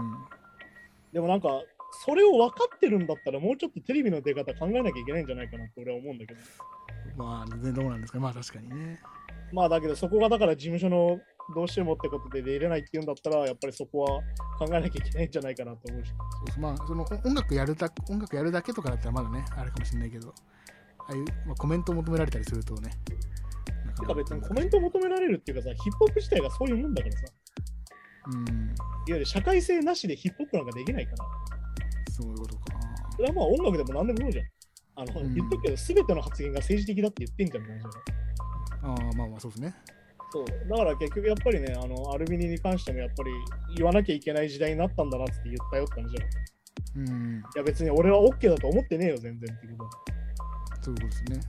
Speaker 2: でもなんか、それを分かってるんだったら、もうちょっとテレビの出方考えなきゃいけないんじゃないかなって俺は思うんだけど。
Speaker 3: まあ全然どうなんですかまあ確かにね
Speaker 2: まあだけどそこがだから事務所のどうしてもってことで出れないっていうんだったらやっぱりそこは考えなきゃいけないんじゃないかなと思うし。
Speaker 3: そうそうまあそのお音楽やるだ音楽やるだけとかだったらまだねあれかもしれないけどああいう、まあ、コメント求められたりするとねな
Speaker 2: てか別にコメント求められるっていうかさ、ヒップホップ自体がそういうもんだからさ、いわ
Speaker 3: うん
Speaker 2: ゆる社会性なしでヒップホップなんかできないから、
Speaker 3: そういうことか。
Speaker 2: それはまあ音楽でも何でもそうじゃん。あの、
Speaker 3: うん
Speaker 2: 言っとくけど、全ての発言が政治的だって言ってんじゃん、大丈夫。
Speaker 3: ああ、まあまあ、そうですね。
Speaker 2: そうだから結局やっぱりね、あのアルビニに関してもやっぱり言わなきゃいけない時代になったんだなっつって言ったよって話じゃん。い
Speaker 3: うん、
Speaker 2: や別に俺は OK だと思ってねえよ、全然っていうこと。
Speaker 3: そういうことですね。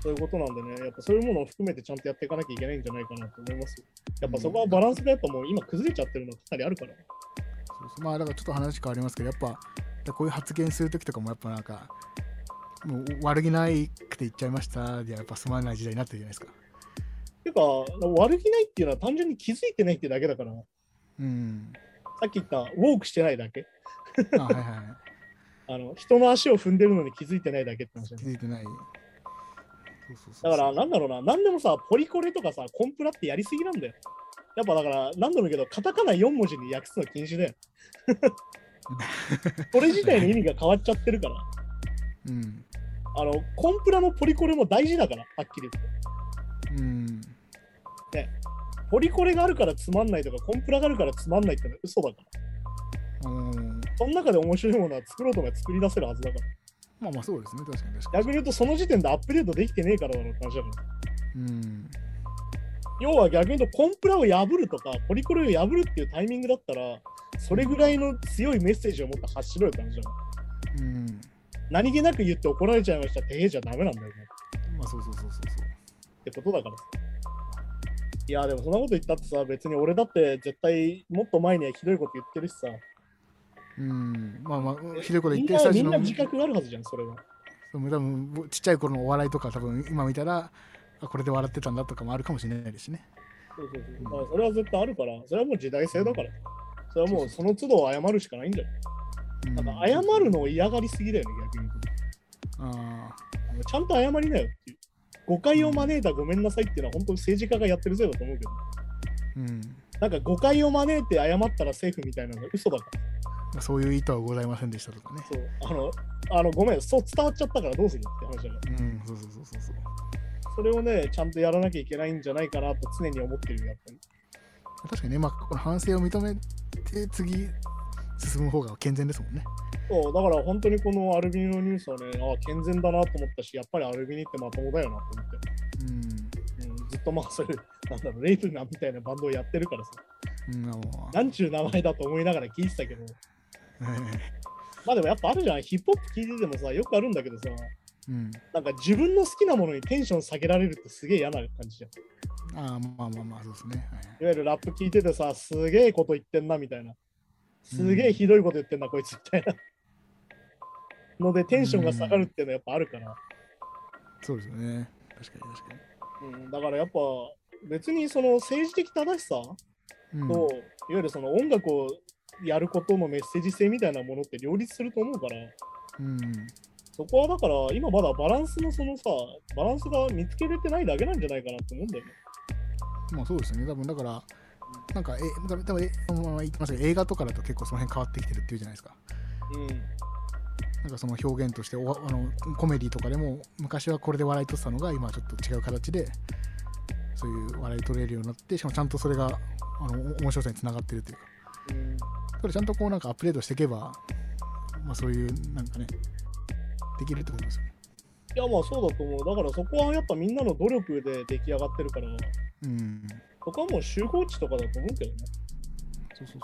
Speaker 2: そういうことなんでね、やっぱそういうものを含めてちゃんとやっていかなきゃいけないんじゃないかなと思いますよ。やっぱそこはバランスがやっぱもう今崩れちゃってるのかなりあるから。
Speaker 3: そうそうまあ、だからちょっと話変わりますけど、やっぱ、だからこういう発言するときとかも、やっぱなんか、もう悪気ないくて言っちゃいましたで、やっぱすまない時代になってるじゃないですか。
Speaker 2: てか、悪気ないっていうのは単純に気づいてないってだけだから、さ
Speaker 3: うん。
Speaker 2: っき言ったウォークしてないだけ、
Speaker 3: あはいはいは
Speaker 2: あの人の足を踏んでるのに気づいてないだけって 話だ
Speaker 3: い。気
Speaker 2: ね
Speaker 3: づいてない。そうそうそう
Speaker 2: だから、なんだろうな、なんでもさ、ポリコレとかさ、コンプラってやりすぎなんだよ。やっぱだから、なんだろうけど、カタカナ4文字に訳すの禁止だよ。それ自体の意味が変わっちゃってるから、
Speaker 3: うん。
Speaker 2: あのコンプラもポリコレも大事だから、はっきり言って。
Speaker 3: うん。
Speaker 2: ポリコレがあるからつまんないとか、コンプラがあるからつまんないってのは嘘だから。
Speaker 3: うん
Speaker 2: その中で面白いものは作ろうと思えば作り出せるはずだか
Speaker 3: まあまあ、そうですね。確かに確
Speaker 2: ら。
Speaker 3: か
Speaker 2: 逆に言うと、その時点でアップデートできてねえからだろうって話だから。
Speaker 3: に。うん。
Speaker 2: 要は逆に言うと、コンプラを破るとか、ポリコレを破るっていうタイミングだったら、それぐらいの強いメッセージを持って発しろよって話だから。
Speaker 3: うん。
Speaker 2: 何気なく言って怒られちゃいましたって、ええじゃダメなんだよね。
Speaker 3: まあ、そうそうそうそう
Speaker 2: ってことだからさ。いや、でもそんなこと言ったってさ、別に俺だって絶対もっと前にはひどいこと言ってるしさ。
Speaker 3: そう。うん。まあまあ、ひどいこと
Speaker 2: み
Speaker 3: 言
Speaker 2: ん
Speaker 3: って、
Speaker 2: なみ
Speaker 3: 最初
Speaker 2: ん
Speaker 3: の
Speaker 2: な。自覚があるはずじゃん、それは。
Speaker 3: 多分ぼちっちゃい頃のお笑いとか多分今見たらあこれで笑ってたんだとかもあるかもしれないですしね
Speaker 2: そうそうそうあそれは絶対あるから、それはもう時代性だから。それはもうその都度謝るしかないんだよ。
Speaker 3: うん
Speaker 2: なんか謝るのを嫌がりすぎだよね、逆に。
Speaker 3: あ
Speaker 2: ちゃんと謝りなよっていう。誤解を招いたごめんなさいっていうのは本当に政治家がやってるせいだと思うけど、
Speaker 3: ーうん
Speaker 2: なんか誤解を招いて謝ったら政府みたいなのが嘘だから。
Speaker 3: まあそういう意図はございませんでしたとかね
Speaker 2: そうあのあのごめん、そう伝わっちゃったからどうするって話だから。
Speaker 3: うんそうそうそうそうそう
Speaker 2: それをね、ちゃんとやらなきゃいけないんじゃないかなと常に思ってるよやっぱり。
Speaker 3: 確かにねまあこの反省を認めて次進む方が健全ですもんね
Speaker 2: そうだから本当にこのアルビニのニュースはね、ああ、健全だなと思ったし、やっぱりアルビニってまともだよなと思って。うん、ずっとまあそれ、なんだろう、レイプナみたいなバンドをやってるからさ、
Speaker 3: うん、うん、あも
Speaker 2: なんちゅう名前だと思いながら聞いてたけど、
Speaker 3: う
Speaker 2: まあでもやっぱあるじゃん、ヒップホップ聞いててもさ、よくあるんだけどさ、
Speaker 3: うん
Speaker 2: なんか自分の好きなものにテンション下げられるってすげえ嫌な感じじゃん。
Speaker 3: ああまあまあまあそうですね、はい
Speaker 2: いわゆるラップ聞いててさ、すげえこと言ってんなみたいな、すげえひどいこと言ってんな、こいつみたいな。のでテンションが下がるっていうのはやっぱあるから。
Speaker 3: そうですよね確かに確か
Speaker 2: うん、だからやっぱ別にその政治的正しさ
Speaker 3: に、うん、
Speaker 2: と、いわゆるその音楽をやることのメッセージ性みたいなものって両立すると思うから
Speaker 3: うん
Speaker 2: そこはだから今まだバランスのそのさバランスが見つけれてないだけなんじゃないかなと思うんだよね。
Speaker 3: まあそうですよね、多分だから、なんか、え多分多分えそのまま言ってますけど、映画とかだと結構その辺変わってきてるっていうじゃないですか。なんかその表現としておあの、コメディとかでも、昔はこれで笑い取ってたのが、今はちょっと違う形で、そういう笑い取れるようになって、しかもちゃんとそれがあのお面白さにつながってるというか、
Speaker 2: うん、うん
Speaker 3: それちゃんとこうなんかアップデートしていけば、まあそういう、なんかね、できるってことですよね。
Speaker 2: いやまあそうだと思うだからそこはやっぱみんなの努力で出来上がってるから
Speaker 3: うん。
Speaker 2: そこはもう集合値とかだと思うけどね
Speaker 3: そうそうそう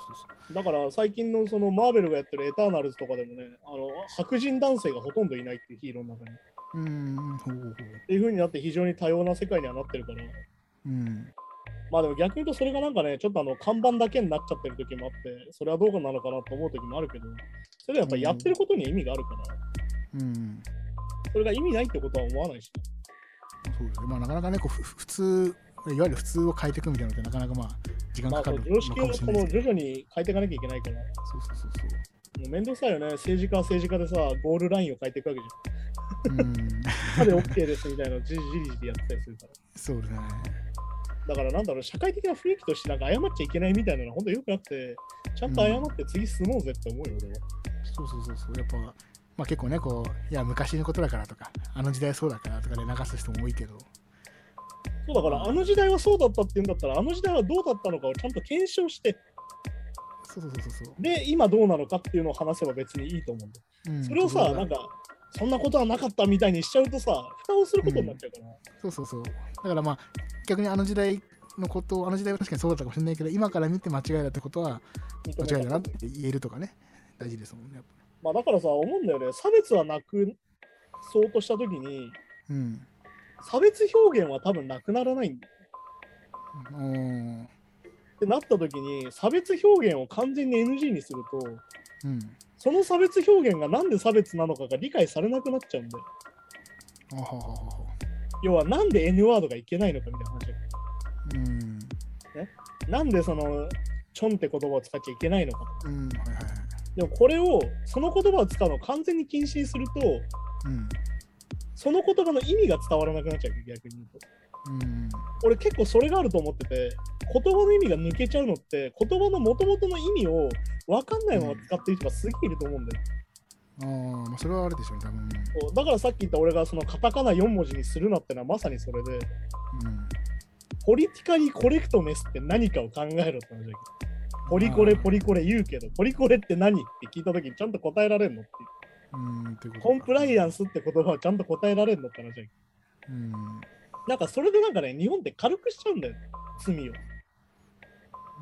Speaker 3: そう。
Speaker 2: だから最近のそのマーベルがやってるエターナルズとかでもねあの白人男性がほとんどいないっていうヒーローの中に
Speaker 3: うん、ほうほうほう。
Speaker 2: っていう風になって非常に多様な世界にはなってるから、
Speaker 3: うん。
Speaker 2: まあでも逆に言うとそれがなんかね、ちょっとあの看板だけになっちゃってる時もあって、それはどうなのかなと思う時もあるけど、それはやっぱりやってることに意味があるから、
Speaker 3: うん。
Speaker 2: それが意味ないってことは思わないし、
Speaker 3: そうですね、まあ、なかなかねこうふ普通いわゆる普通を変えていくみたいなのってなかなかまあ時間
Speaker 2: まあ
Speaker 3: か
Speaker 2: そ
Speaker 3: か
Speaker 2: の
Speaker 3: る
Speaker 2: 常識
Speaker 3: のか
Speaker 2: を
Speaker 3: もし
Speaker 2: そ
Speaker 3: れない
Speaker 2: の
Speaker 3: ですけ
Speaker 2: 徐々に変えていかなきゃいけないから、も
Speaker 3: どそうそうそうそう
Speaker 2: めんどくさいよね、政治家は政治家でさ、ゴールラインを変えていくわけじ
Speaker 3: ううん
Speaker 2: ゃん。歯で OK ですみたいなのをじりじりじりやってたりするから。
Speaker 3: そうですね
Speaker 2: だからなんだろう、社会的な雰囲気としてなんか謝っちゃいけないみたいなのは本当よくなくて、ちゃんと謝って次進もうぜって思うよ、俺は。
Speaker 3: そうそうそうそうやっぱまあ結構ねこういや昔のことだからとかあの時代そうだからとかで流す人も多いけど
Speaker 2: そうだからあの時代はそうだったって言うんだったらあの時代はどうだったのかをちゃんと検証して
Speaker 3: そうそうそうそう、
Speaker 2: で今どうなのかっていうのを話せば別にいいと思うんだよ
Speaker 3: うん、
Speaker 2: それをさ
Speaker 3: う
Speaker 2: なんかそんなことはなかったみたいにしちゃうとさ蓋をすることになっちゃうから、
Speaker 3: そうそうそうだからまあ逆にあの時代のことをあの時代は確かにそうだったかもしれないけど今から見て間違いだってことは
Speaker 2: 認
Speaker 3: 間違
Speaker 2: め
Speaker 3: い
Speaker 2: た
Speaker 3: だなって言えるとかね大事ですもんねやっぱ
Speaker 2: まあ、だからさ思うんだよね差別はなくそうとした時に
Speaker 3: うん
Speaker 2: 差別表現は多分なくならないんだよ
Speaker 3: うん
Speaker 2: ってなった時に差別表現を完全に NG にすると
Speaker 3: うん
Speaker 2: その差別表現がなんで差別なのかが理解されなくなっちゃうんだよ
Speaker 3: あはははは
Speaker 2: 要はなんで N ワードがいけないのかみたいな話
Speaker 3: うん
Speaker 2: なんでそのチョンって言葉を使っちゃいけないのかと
Speaker 3: うんはいはいはい
Speaker 2: でもこれをその言葉を使うのを完全に禁止にすると
Speaker 3: うん
Speaker 2: その言葉の意味が伝わらなくなっちゃう逆に言うと
Speaker 3: うん
Speaker 2: 俺結構それがあると思ってて言葉の意味が抜けちゃうのって言葉の元々の意味を分かんないまま使ってる人がすげえいると思うんだよ、
Speaker 3: あーまあそれはあれでしょうね多分
Speaker 2: そうだからさっき言った俺がそのカタカナ4文字にするなってのはまさにそれで
Speaker 3: うん
Speaker 2: ポリティカリコレクトネスって何かを考えろって話だけどポリコレポリコレ言うけどポリコレって何って聞いた時にちゃんと答えられるのっていう
Speaker 3: うんということ
Speaker 2: コンプライアン
Speaker 3: ス
Speaker 2: スって言葉をちゃんと答えられるのって話だよ
Speaker 3: うん
Speaker 2: なんかそれでなんかね、日本って軽くしちゃうんだよ、罪を。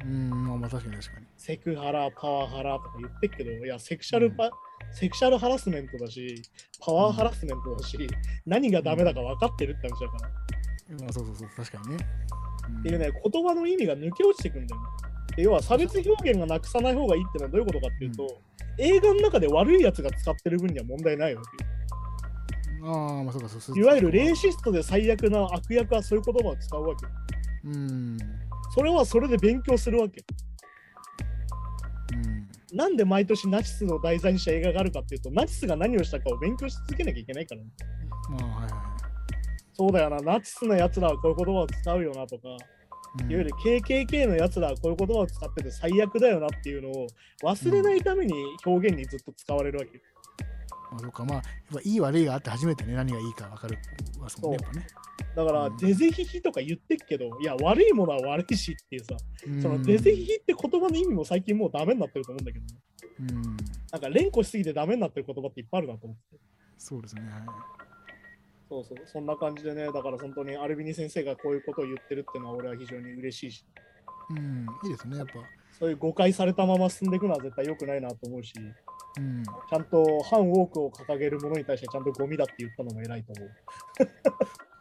Speaker 3: うんまあまあ確かに確かに
Speaker 2: セクハラ、パワハラとか言ってっけど、いや、セクシャルパ、セクシャルハラスメントだし、パワーハラスメントだし、何がダメだか分かってるって話だから。っ
Speaker 3: まあそうそうそう確かにね
Speaker 2: ていうね、言葉の意味が抜け落ちてくんだよ。で要は差別表現がなくさない方がいいってのはどういうことかっていうと、
Speaker 3: う
Speaker 2: 映画の中で悪いやつが使ってる分には問題ないわけよ。
Speaker 3: うああ、まあそうか、そうそう。
Speaker 2: いわゆるレーシストで最悪な悪役はそういう言葉を使うわけ。
Speaker 3: うん。
Speaker 2: それはそれで勉強するわけ。
Speaker 3: うん。
Speaker 2: なんで毎年ナチスの題材にした映画があるかっていうと、ナチスが何をしたかを勉強し続けなきゃいけないからね。
Speaker 3: まあ、はいは
Speaker 2: そうだよな、ナチスのやつらはこういう言葉を使うよなとか、
Speaker 3: い。うん
Speaker 2: いわゆる KKK のやつらはこういう言葉を使ってて最悪だよなっていうのを忘れないために表現にずっと使われるわけ。
Speaker 3: まあ、そうか、まあ、やっぱいい悪いがあって初めてね、何がいいか分かるわすもんね、やっぱね。
Speaker 2: だから、
Speaker 3: うん
Speaker 2: デゼヒヒとか言ってっけど、いや、悪いものは悪いしっていうさ、
Speaker 3: うん
Speaker 2: そのデゼヒヒって言葉の意味も最近もうダメになってると思うんだけど、ね、
Speaker 3: うん。
Speaker 2: なんか連呼しすぎてダメになってる言葉っていっぱいあるなと思って。
Speaker 3: そうですね。は
Speaker 2: そうそう、そんな感じでね、だから本当にアルビニ先生がこういうことを言ってるっていうのは俺は非常に嬉しいし、
Speaker 3: い。うん。いいですね、やっぱ。
Speaker 2: そういう誤解されたまま進んでいくのは絶対良くないなと思うし、ち
Speaker 3: うん。
Speaker 2: ゃんと反ウォークを掲げるものに対してちゃんとゴミだって言ったのも偉いと思う。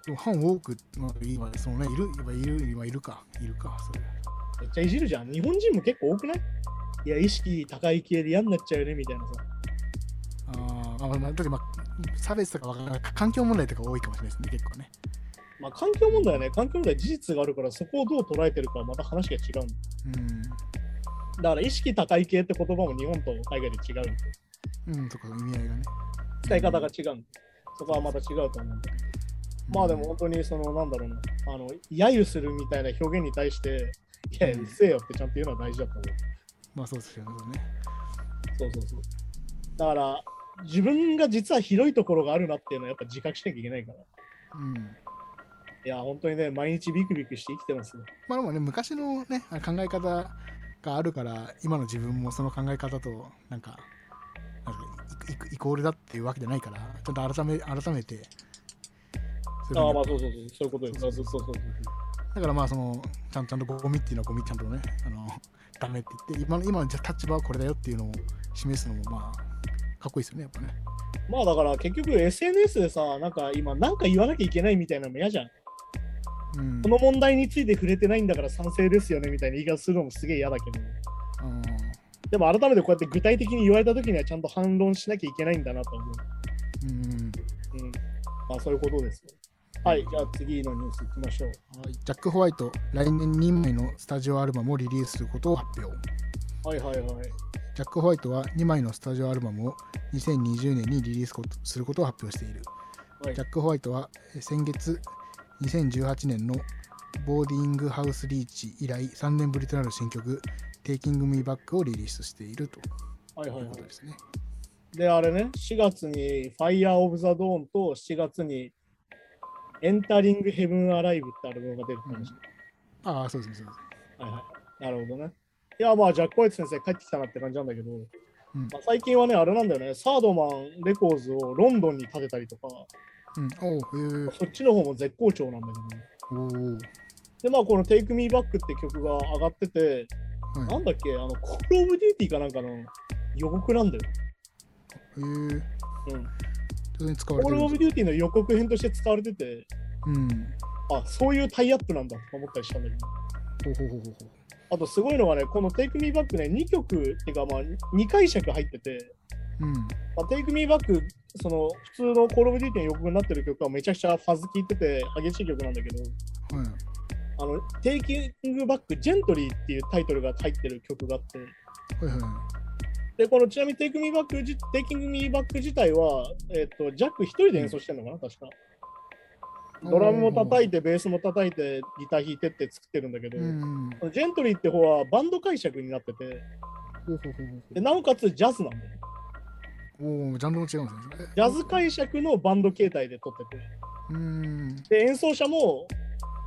Speaker 3: でも、反ウォーク、まあ、今、そのね、いる、今いる、今いるか、いるか、それ。
Speaker 2: めっちゃいじるじゃん。日本人も結構多くないいや、意識高い系で嫌になっちゃうよねみたいなさ。
Speaker 3: あーまあ、まあ、だって、まあ、差別とかわからない、環境問題とか多いかもしれないですね、結構ね。
Speaker 2: まあ、環境問題はね、環境問題は事実があるから、そこをどう捉えてるかはまた話が違うんだ。だから、意識高い系って言葉も日本と海外で違うんで、
Speaker 3: うん。うん、とか、意味合いがね。
Speaker 2: 使い方が違うんで、そこはまた違うと思うんだけど。まあでも本当にそのなんだろうな、あの、揶揄するみたいな表現に対して、いや、うっせえよってちゃんと言うのは大事だと思う。
Speaker 3: まあ、そうですよね。そうね
Speaker 2: そうそうそう。だから、自分が実は広いところがあるなっていうのはやっぱ自覚しなきゃいけないから。
Speaker 3: うん。
Speaker 2: いや、本当にね、毎日ビクビクして生きてますね。
Speaker 3: まあでもね昔のねあ考え方があるから今の自分もその考え方となんかなんかイイイコールだっていうわけじゃないからちょっと改め改めてそう
Speaker 2: あ
Speaker 3: い
Speaker 2: あ、ま
Speaker 3: うふうに
Speaker 2: あそうそうそう、そういうことです。そ
Speaker 3: そうう
Speaker 2: そ
Speaker 3: そうう
Speaker 2: そ
Speaker 3: そうう
Speaker 2: そう
Speaker 3: だからまあそのちゃんちゃんとゴミっていうのはゴミちゃんとねあのダメって言って今の今のじゃ立場はこれだよっていうのを示すのもまあかっこいいですよねやっぱね
Speaker 2: まあだから結局 SNS でさ、なんか今、なんか言わなきゃいけないみたいなのも嫌じゃん。
Speaker 3: うん
Speaker 2: この問題について触れてないんだから賛成ですよねみたいな言い方するのもすげえ嫌だけど。
Speaker 3: うん
Speaker 2: でも改めてこうやって具体的に言われた時にはちゃんと反論しなきゃいけないんだなと思う。
Speaker 3: うん
Speaker 2: うん。まあそういうことですよ。はい、じゃあ次のニュースいきましょう。
Speaker 3: はいジャック・ホワイト来年2枚のスタジオアルバムをリリースすることを発表
Speaker 2: はいはいはい。
Speaker 3: ジャック・ホワイトは2枚のスタジオアルバムを2020年にリリースことすることを発表している。
Speaker 2: はい
Speaker 3: ジャック・ホワイトはえー先月2018年のボーディングハウスリーチ以来3年ぶりとなる新曲 Taking Me Back をリリースしているとい
Speaker 2: はいはいうは
Speaker 3: ことですね。
Speaker 2: い。で、あれね、4月に Fire of the Dawn と7月に Entering Heaven Alive ってアルバムが出るって話。
Speaker 3: ああ、そうですね、そうですね。
Speaker 2: はいはい。なるほどね。いや、まあ、ジャック・ホワイト先生帰ってきたなって感じなんだけど、
Speaker 3: ん
Speaker 2: まあ、最近はね、あれなんだよね、サードマンレコーズをロンドンに建てたりとか、
Speaker 3: うん、おうへえ
Speaker 2: そっちの方も絶好調なんだけど、ね、
Speaker 3: おう
Speaker 2: で、まあ、この Take Me Back って曲が上がってて、な
Speaker 3: は
Speaker 2: んだっけ、あの、コール・オブ・デューティーかなんかの予告なんだよ。
Speaker 3: い。へえ
Speaker 2: うん、
Speaker 3: 当に使わ
Speaker 2: コ
Speaker 3: れ
Speaker 2: ー
Speaker 3: てる
Speaker 2: ル・オ
Speaker 3: ん
Speaker 2: ブ・
Speaker 3: で
Speaker 2: デューティーの予告編として使われてて、
Speaker 3: すうん。
Speaker 2: あ、そういうタイアップなんだとか思ったりしたんだけど。
Speaker 3: ほうほうほうほうほ
Speaker 2: あとすごいのはね、この Take Me Back ね、2曲っていうか、まあ、2解釈入ってて、
Speaker 3: う。うん。
Speaker 2: まあ、Take Me Back、その普通のコール・オブ・デューティーの予告になってる曲はめちゃくちゃファズ聞いてて激しい曲なんだけど、
Speaker 3: はい。
Speaker 2: あの、Taking Back Gently っていうタイトルが入ってる曲があって、
Speaker 3: はいはい。
Speaker 2: で、このちなみに Take Me Back じ、Taking Me Back 自体は、えっ、と、ジャック一人で演奏してるのかな、確か。ドラムも叩いて、ベースも叩いて、ギター弾いてって作ってるんだけど、
Speaker 3: うん。
Speaker 2: このジェントリーって方はバンド解釈になってて、
Speaker 3: ほうほうほうほうほう
Speaker 2: で。なおかつジャズなんだよ。
Speaker 3: おお、ジャンルも違うんですね。
Speaker 2: ジャズ解釈のバンド形態で撮ってて。
Speaker 3: うーん。
Speaker 2: で、演奏者も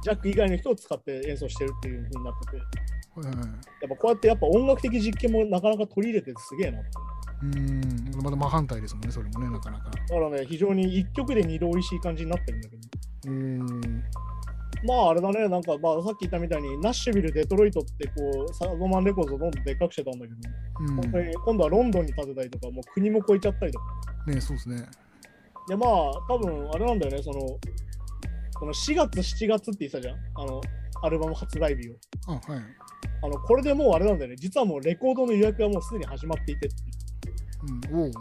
Speaker 2: ジャック以外の人を使って演奏してるっていう風になってて、や
Speaker 3: はいはいはい。
Speaker 2: っぱこうやってやっぱ音楽的実験もなかなか取り入れててすげえなって。
Speaker 3: うーん。まだ真反対ですもんね、それもね、なかな
Speaker 2: だ
Speaker 3: か。
Speaker 2: からね、非常に1曲で2度おいしい感じになってるんだけど。
Speaker 3: うーん。
Speaker 2: まああれだね、なんかまあさっき言ったみたいに、ナッシュビル、デトロイトってこう、サードマンレコードをどんどんでっかくしてたんだけど、
Speaker 3: うん。
Speaker 2: 本当に今度はロンドンに建てたりとか、もう国も越えちゃったりとか。
Speaker 3: ね、そうですね。
Speaker 2: で、まあ多分あれなんだよね、その、この4月、7月って言ってたじゃん、あの、アルバム発売日を。
Speaker 3: あ、はい。
Speaker 2: あのこれでもうあれなんだよね、実はもうレコードの予約がもうすでに始まっていてっていう
Speaker 3: うん。おお。はい。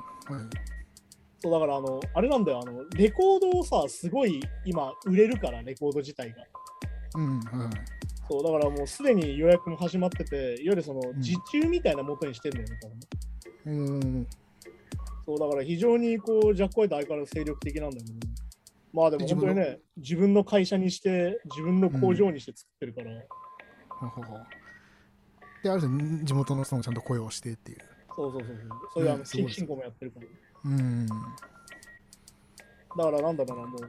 Speaker 2: そうだからあのあれなんだよあのレコードをさすごい今売れるからレコード自体が
Speaker 3: うん、はいはい。
Speaker 2: そうだからもうすでに予約も始まってていわゆるその
Speaker 3: ん
Speaker 2: 受注みたいな元にしてんだよね、多分ね
Speaker 3: うん、
Speaker 2: そうだから非常にこうジャック・ホワイトは相変わらず精力的なんだけど、まあでも
Speaker 3: 自
Speaker 2: 本
Speaker 3: 分
Speaker 2: 当
Speaker 3: の
Speaker 2: にね自分の会社にして自分の工場にして作ってるから、
Speaker 3: ほうほうほうで、ある種、地元の人もちゃんと声をしてっていう。
Speaker 2: そうそうそうそうそういうあ
Speaker 3: う
Speaker 2: の
Speaker 3: んすご
Speaker 2: 地
Speaker 3: い
Speaker 2: 域振興もやってるから
Speaker 3: うん。
Speaker 2: だからなんだろうな、もう、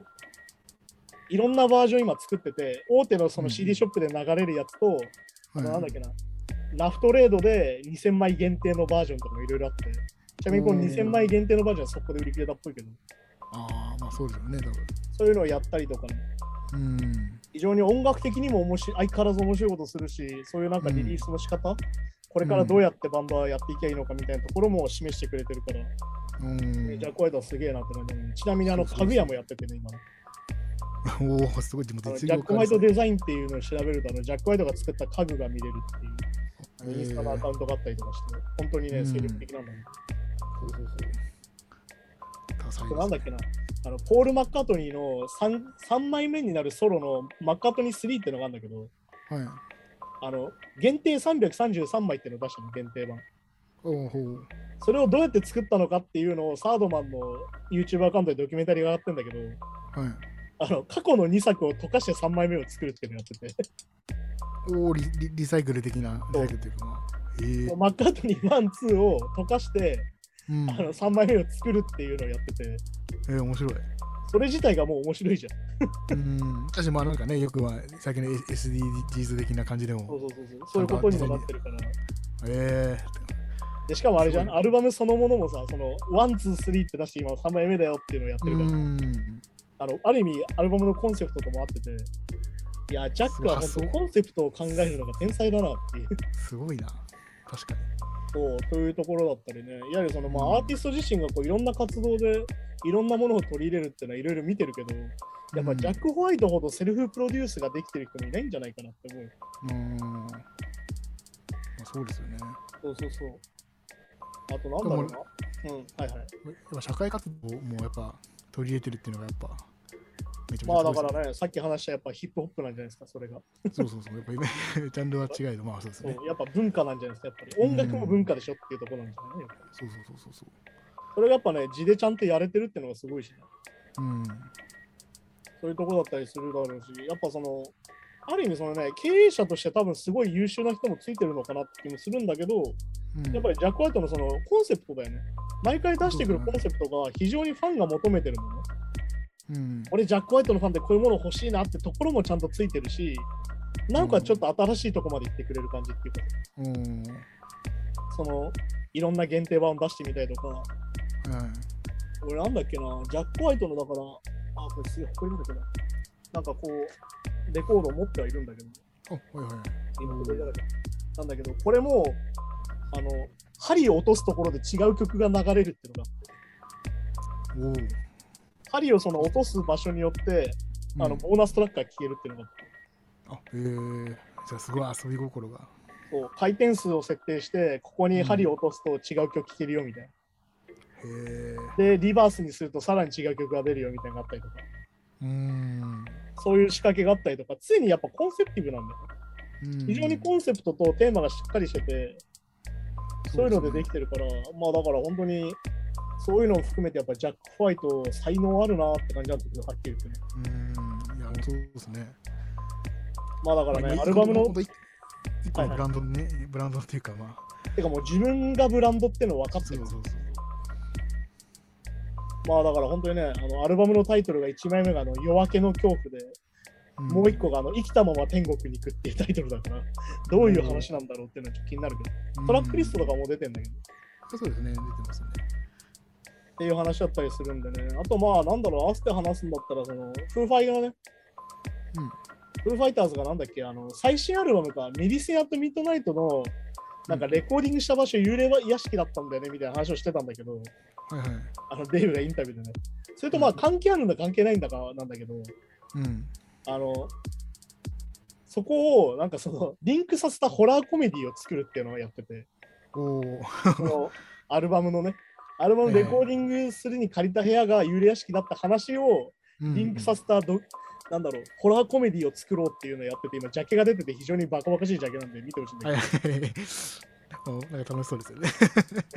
Speaker 2: いろんなバージョン今作ってて、大手のそうの
Speaker 3: ん
Speaker 2: CD ショップで流れるやつと、あのなんだっ
Speaker 3: け
Speaker 2: けな、ラフトレードで2000枚限定のバージョンとかもいろいろあって、ちなみにこの
Speaker 3: うん
Speaker 2: 2000枚限定のバージョンはそこで売り切れたっぽいけど、
Speaker 3: ああ、まあそうですよね、多
Speaker 2: そういうのをやったりとかね、
Speaker 3: 分。うん。
Speaker 2: 非常に音楽的にも面白い相変わらず面白いことするし、そういうなんかリリースの仕方、これからどうやってバンドはやっていけばいいのかみたいなところも示してくれてるから、
Speaker 3: うん
Speaker 2: ジャッ、ク・ワイトはすげえなって感じだねちなみにあの、
Speaker 3: そうそうそう
Speaker 2: 家具屋もやっててね、今ね。
Speaker 3: おお、すごい地
Speaker 2: あ
Speaker 3: 元
Speaker 2: の
Speaker 3: で
Speaker 2: ジャック・ホワイトデザインっていうのを調べると、あのジャック・ホワイトが作った家具が見れるっていう、インスタのアカウントがあったりとかして、本当に
Speaker 3: う
Speaker 2: ね、
Speaker 3: ん
Speaker 2: 精力的なんだね。あと
Speaker 3: 多彩です
Speaker 2: なんだっけな、あのポール・マッカートニーの 3, 三枚目になるソロのマッカートニー3ってのがあるんだけど、
Speaker 3: はい。
Speaker 2: あの限定333枚っていうのを出したの、限定版。
Speaker 3: おお、ほう。
Speaker 2: それをどうやって作ったのかっていうのをサードマンの YouTube アカウントでドキュメンタリーが上がってんだけど、
Speaker 3: はい。
Speaker 2: あの過去の2作を溶かして3枚目を作るっていうのをやってて。
Speaker 3: おお、リリリサイクル的な、
Speaker 2: そ
Speaker 3: リサ
Speaker 2: う
Speaker 3: イクルというかまあ。ええ。
Speaker 2: マッカートニー1、2を溶かして、
Speaker 3: うん。
Speaker 2: あの3枚目を作るっていうのをやってて、
Speaker 3: えー、面白い。
Speaker 2: それ自体がもう面白いじゃん。
Speaker 3: うん。確かにまあなんかね、よくは最近の SDGs 的な感じで
Speaker 2: そう
Speaker 3: も。
Speaker 2: そうそうそう。そういうことにもなってるから。
Speaker 3: え
Speaker 2: でしかもあれじゃ
Speaker 3: す
Speaker 2: ん、
Speaker 3: ご
Speaker 2: アルバムそのものもさ、その1、2、3って出して今3枚目だよっていうのをやっ
Speaker 3: え
Speaker 2: て
Speaker 3: ー。
Speaker 2: るから、
Speaker 3: うん。
Speaker 2: あのある意味アルバムのコンセプトとも合ってて、いや、ジャックは
Speaker 3: す
Speaker 2: 本
Speaker 3: ごい
Speaker 2: 当コンセプトを考えるのが天才だなっていう。
Speaker 3: すごいな。確かに。
Speaker 2: そうというところだったりね、いわゆるその、ま
Speaker 3: うん
Speaker 2: あ、アーティスト自身がこういろんな活動でいろんなものを取り入れるっていうのはいろいろ見てるけど、やっぱジャック・ホワイトほどセルフプロデュースができてる人もいないんじゃないかなって思うよ。
Speaker 3: うん。まあ、そうですよね。
Speaker 2: そうそうそう。あとなんだろうな。うん、はいはい。
Speaker 3: やっぱ社会活動もやっぱ取り入れてるっていうのがやっぱめちゃめちゃ
Speaker 2: ま
Speaker 3: すご
Speaker 2: あだ
Speaker 3: いですね
Speaker 2: からね、さっき話したやっぱヒップホップなんじゃないですか、それが。
Speaker 3: そうそうそうやっぱ今 ジャンルは違えどまあそうです
Speaker 2: そ
Speaker 3: ね
Speaker 2: うやっぱ文化なんじゃないですか、やっぱり。音楽も文化でしょっていうところなんじゃない、
Speaker 3: そうそうそうそうそ
Speaker 2: それがやっぱね、地でちゃんとやれてるっていうのがすごいしね、
Speaker 3: ううん
Speaker 2: そういうところだったりするだろうし、やっぱその、ある意味そのね、経営者として多分すごい優秀な人もついてるのかなって気もするんだけど、
Speaker 3: うん
Speaker 2: やっぱりジャック・ワイトのそのコンセプトだよね。毎回出してくるコンセプトが非常にファンが求めてるもの。
Speaker 3: うん
Speaker 2: 俺ジャック・ホワイトのファンでこういうもの欲しいなってところもちゃんとついてるしなんかちょっと新しいとこまで行ってくれる感じっていうか、
Speaker 3: うん
Speaker 2: そのいろんな限定版を出してみたいとか
Speaker 3: はい
Speaker 2: 俺なんだっけなジャック・ホワイトのだからあこれすげえ誇りなんだけどなんかこうレコードを持ってはいるんだけど
Speaker 3: あはいはい
Speaker 2: 今誇りだらけなんだけどこれもあの針を落とすところで違う曲が流れるっていうのが
Speaker 3: おお
Speaker 2: 針をその落とす場所によってあのボーナストラックが聴けるっていうのがあって
Speaker 3: あへえじゃあすごい遊び心が
Speaker 2: そう回転数を設定してここに針を落とすと違う曲聴けるよみたいな、
Speaker 3: へえ
Speaker 2: でリバースにするとさらに違う曲が出るよみたいなのがあったりとか
Speaker 3: うん
Speaker 2: そういう仕掛けがあったりとか常にやっぱコンセプティブなんだよね
Speaker 3: うん
Speaker 2: 非常にコンセプトとテーマがしっかりしててそういうのでできてるからまあだから本当にそういうのを含めてやっぱジャック・ホワイト才能あるなって感じなんだけどはっきり言ってね
Speaker 3: うんいやそうですね
Speaker 2: まあだから
Speaker 3: まあ
Speaker 2: ね
Speaker 3: 今
Speaker 2: アルバム
Speaker 3: ほん
Speaker 2: の
Speaker 3: と一一個の
Speaker 2: は
Speaker 3: ブ
Speaker 2: い
Speaker 3: ランドにねブランドっていうかま
Speaker 2: てかもう自分がブランドっての分か
Speaker 3: あ
Speaker 2: って
Speaker 3: そう
Speaker 2: る
Speaker 3: そうそう
Speaker 2: まあだから本当にねあのアルバムのタイトルが1枚目があの夜明けの恐怖で
Speaker 3: ん
Speaker 2: もう一個があの生きたまま天国に行くっていうタイトルだから、どういう話なんだろうっていうのはちょっと気になるけど、トラックリストとかも出てんだけど、っ
Speaker 3: うんそうですね出てますね
Speaker 2: ていう話だったりするんでね、あとまあなんだろう、合わせて話すんだったら、その、フーファイがね、
Speaker 3: うん
Speaker 2: フーファイターズがなんだっけ、あの、最新アルバムか、メディセンアットミッドナイトの、なんかレコーディングした場所、幽霊屋敷だったんだよねみたいな話をしてたんだけど、
Speaker 3: はいはい
Speaker 2: あのデイブがインタビューでね。それとまあ関係あるんだ関係ないんだかなんだけど、
Speaker 3: うん
Speaker 2: あの、そこをなんかそのリンクさせたホラーコメディを作るっていうのをやってて、
Speaker 3: おお
Speaker 2: そのアルバムのね、アルバムレコーディングするに借りた部屋が幽霊屋敷だった話を
Speaker 3: うん
Speaker 2: リンクさせたど、なんだろう、ホラーコメディを作ろうっていうのをやってて、今、ジャケが出てて非常にバカバカしいジャケなんで見てほしいんだ
Speaker 3: はい
Speaker 2: け
Speaker 3: はいはい。おなんか楽しそうですよね。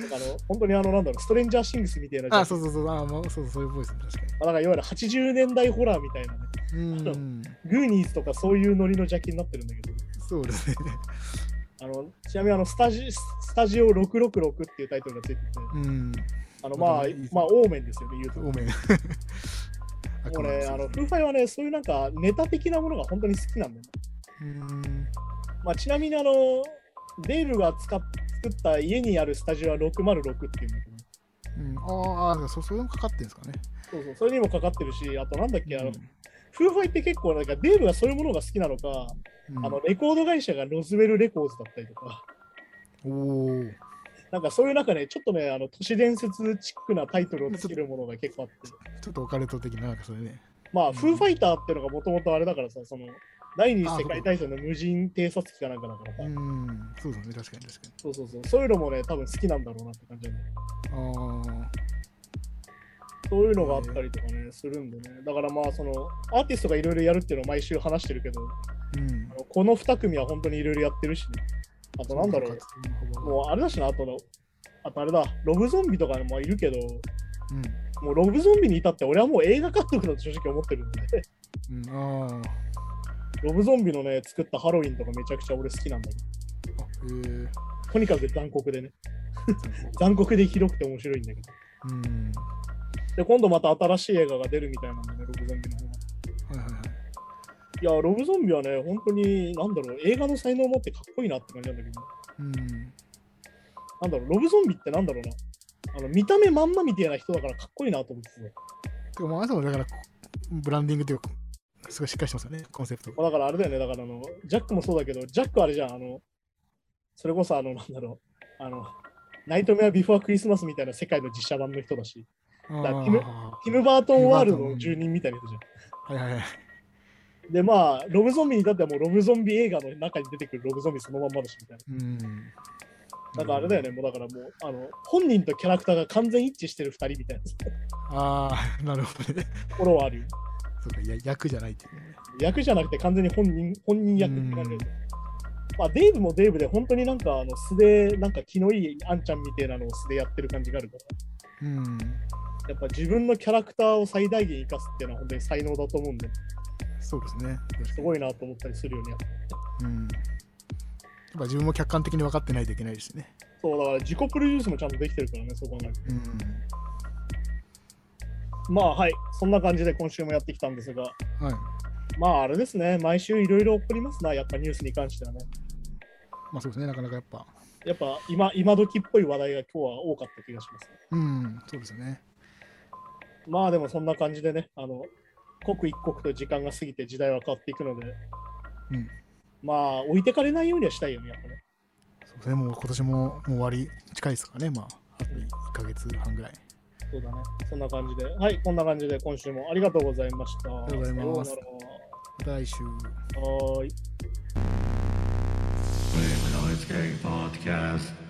Speaker 2: ど、あの本当にあの、なんだろう、ストレンジャーシングスみたいなジャケ
Speaker 3: あ、そうそうそう。あ、もうそうそういうボイスね確か
Speaker 2: まあだからいわゆる80年代ホラーみたいなね、
Speaker 3: に。う。
Speaker 2: そうんグーニーズとかそういうノリのジャケになってるんだけど、
Speaker 3: そうですね。
Speaker 2: あのちなみにあのスタジスタジオ666っていうタイトルがついてて、
Speaker 3: うん。
Speaker 2: あのまあ
Speaker 3: いいですね、
Speaker 2: まあ、オーメンですよね、言うと。
Speaker 3: ごめん。あ
Speaker 2: もうね、あの、
Speaker 3: う
Speaker 2: フーファイはね、そういうなんかネタ的なものが本当に好きなんだよね。
Speaker 3: ん。
Speaker 2: まあ、ちなみにあの、デールが使っ作った家にあるスタジオは606っていうんだけど、
Speaker 3: うん、あーあ、そう、そういうのかかってんですかね。
Speaker 2: そうそう、それにもかかってるし、あとなんだっけ、あの
Speaker 3: うん、
Speaker 2: フーファイって結構なんかデールがそういうものが好きなのか、
Speaker 3: うん
Speaker 2: あのレコード会社がロズウェルレコーズだったりとか、
Speaker 3: おお。
Speaker 2: なんかそういう中で、ちょっとね、あの都市伝説チックなタイトルをつけるものが結構あって、
Speaker 3: ちょっとオカルト的な、なんかそれね。
Speaker 2: ま
Speaker 3: う
Speaker 2: あ、
Speaker 3: ん
Speaker 2: フーファイターっていうのがもともとあれだからさ、その、第二次世界大戦の無人偵察機かなんかだからさ、
Speaker 3: うん。そうですね、確かに確か
Speaker 2: そうそうそう、そういうのもね、多分好きなんだろうなって感じなんだよ
Speaker 3: に。ああ。
Speaker 2: そういうのがあったりとかね、するんでね。だからまあ、その、アーティストがいろいろやるっていうのを毎週話してるけど、
Speaker 3: うん
Speaker 2: あ。のこの2組は本当にいろいろやってるしね。あとなんだろう、もうあれだしな、あとの、あとあれだ、ロブゾンビとかもいるけど、
Speaker 3: うん。
Speaker 2: もうロブゾンビに至って俺はもう映画監督だと正直思ってるんで、
Speaker 3: うん、あーあ。
Speaker 2: ロブゾンビのね、作ったハロウィンとかめちゃくちゃ俺好きなんだけど、
Speaker 3: へ
Speaker 2: とにかく残酷でね、
Speaker 3: え。
Speaker 2: 残酷でひどくて面白いんだけど。
Speaker 3: うん。
Speaker 2: で、今度また新しい映画が出るみたいなんでね、ロブゾンビの方が。
Speaker 3: はいはいはい。
Speaker 2: いや、ロブゾンビはね、本当に、なんだろう、映画の才能を持ってかっこいいなって感じなんだけど、
Speaker 3: うん。
Speaker 2: なんだろう、ロブゾンビってなんだろうな、あの見た目まんまみたいな人だからかっこいいなと思ってて、
Speaker 3: てか、もう朝もだから、こブランディングというか、すごいしっかりしてますよね、コンセプト。
Speaker 2: まあだからあれだよね、だからあの、ジャックもそうだけど、ジャックあれじゃん、あの、それこそあの、なんだろう、あの、ナイトメアビフォークリスマスみたいな世界の実写版の人だし、
Speaker 3: あ
Speaker 2: だ
Speaker 3: あ
Speaker 2: キムティム・バートンワールドの住人みたいな人じゃ
Speaker 3: はいはいはい。
Speaker 2: ん。で、まあ、ロブゾンビに至ってはもうロブゾンビ映画の中に出てくるロブゾンビそのまんまだしみたいな。
Speaker 3: うん。
Speaker 2: なんかあれだよね、もうだからもう、あの、本人とキャラクターが完全一致してる2人みたいな
Speaker 3: あ あ、なるほどね。
Speaker 2: ところはあるよ。
Speaker 3: そうか、や役じゃないっていうね。
Speaker 2: 役じゃなくて完全に本人、本人役って感じで。まあ、デイブもデイブで本当になんかあの素でなんか気のいいあんちゃんみたいなのを素でやってる感じがあるから
Speaker 3: うん。
Speaker 2: やっぱ自分のキャラクターを最大限生かすっていうのは本当に才能だと思うんで、
Speaker 3: そうですね。
Speaker 2: すご
Speaker 3: い。
Speaker 2: いなと思ったりするよね。
Speaker 3: うん。やっぱ自分も客観的に分かってないといけないですね。
Speaker 2: そう、だから自己プロデュースもちゃんとできてるからね、そう考えると。
Speaker 3: うん。
Speaker 2: まあはい、そんな感じで今週もやってきたんですが、
Speaker 3: はい。
Speaker 2: まああれですね、毎週いろいろ起こりますな、やっぱニュースに関してはね。
Speaker 3: まあそうですね、なかなかやっぱ。
Speaker 2: やっぱ今、今時っぽい話題が今日は多かった気がします、ね。
Speaker 3: うん、そうですね。
Speaker 2: まあでもそんな感じでね、あの、刻一刻と時間が過ぎて時代は変わっていくので、
Speaker 3: うん。
Speaker 2: まあ置いてかれないようにはしたいよね、やっぱね。
Speaker 3: そうですね、もう今年ももう終わり近いですからね、まあ、あと1ヶ月半ぐらい。
Speaker 2: そうだね。そんな感じで。はい、こんな感じで今週もありがとうございました。あ
Speaker 3: りがとうございます
Speaker 2: さようなら
Speaker 3: また来週。
Speaker 2: はーい。
Speaker 1: Wave Noise Gang Podcast.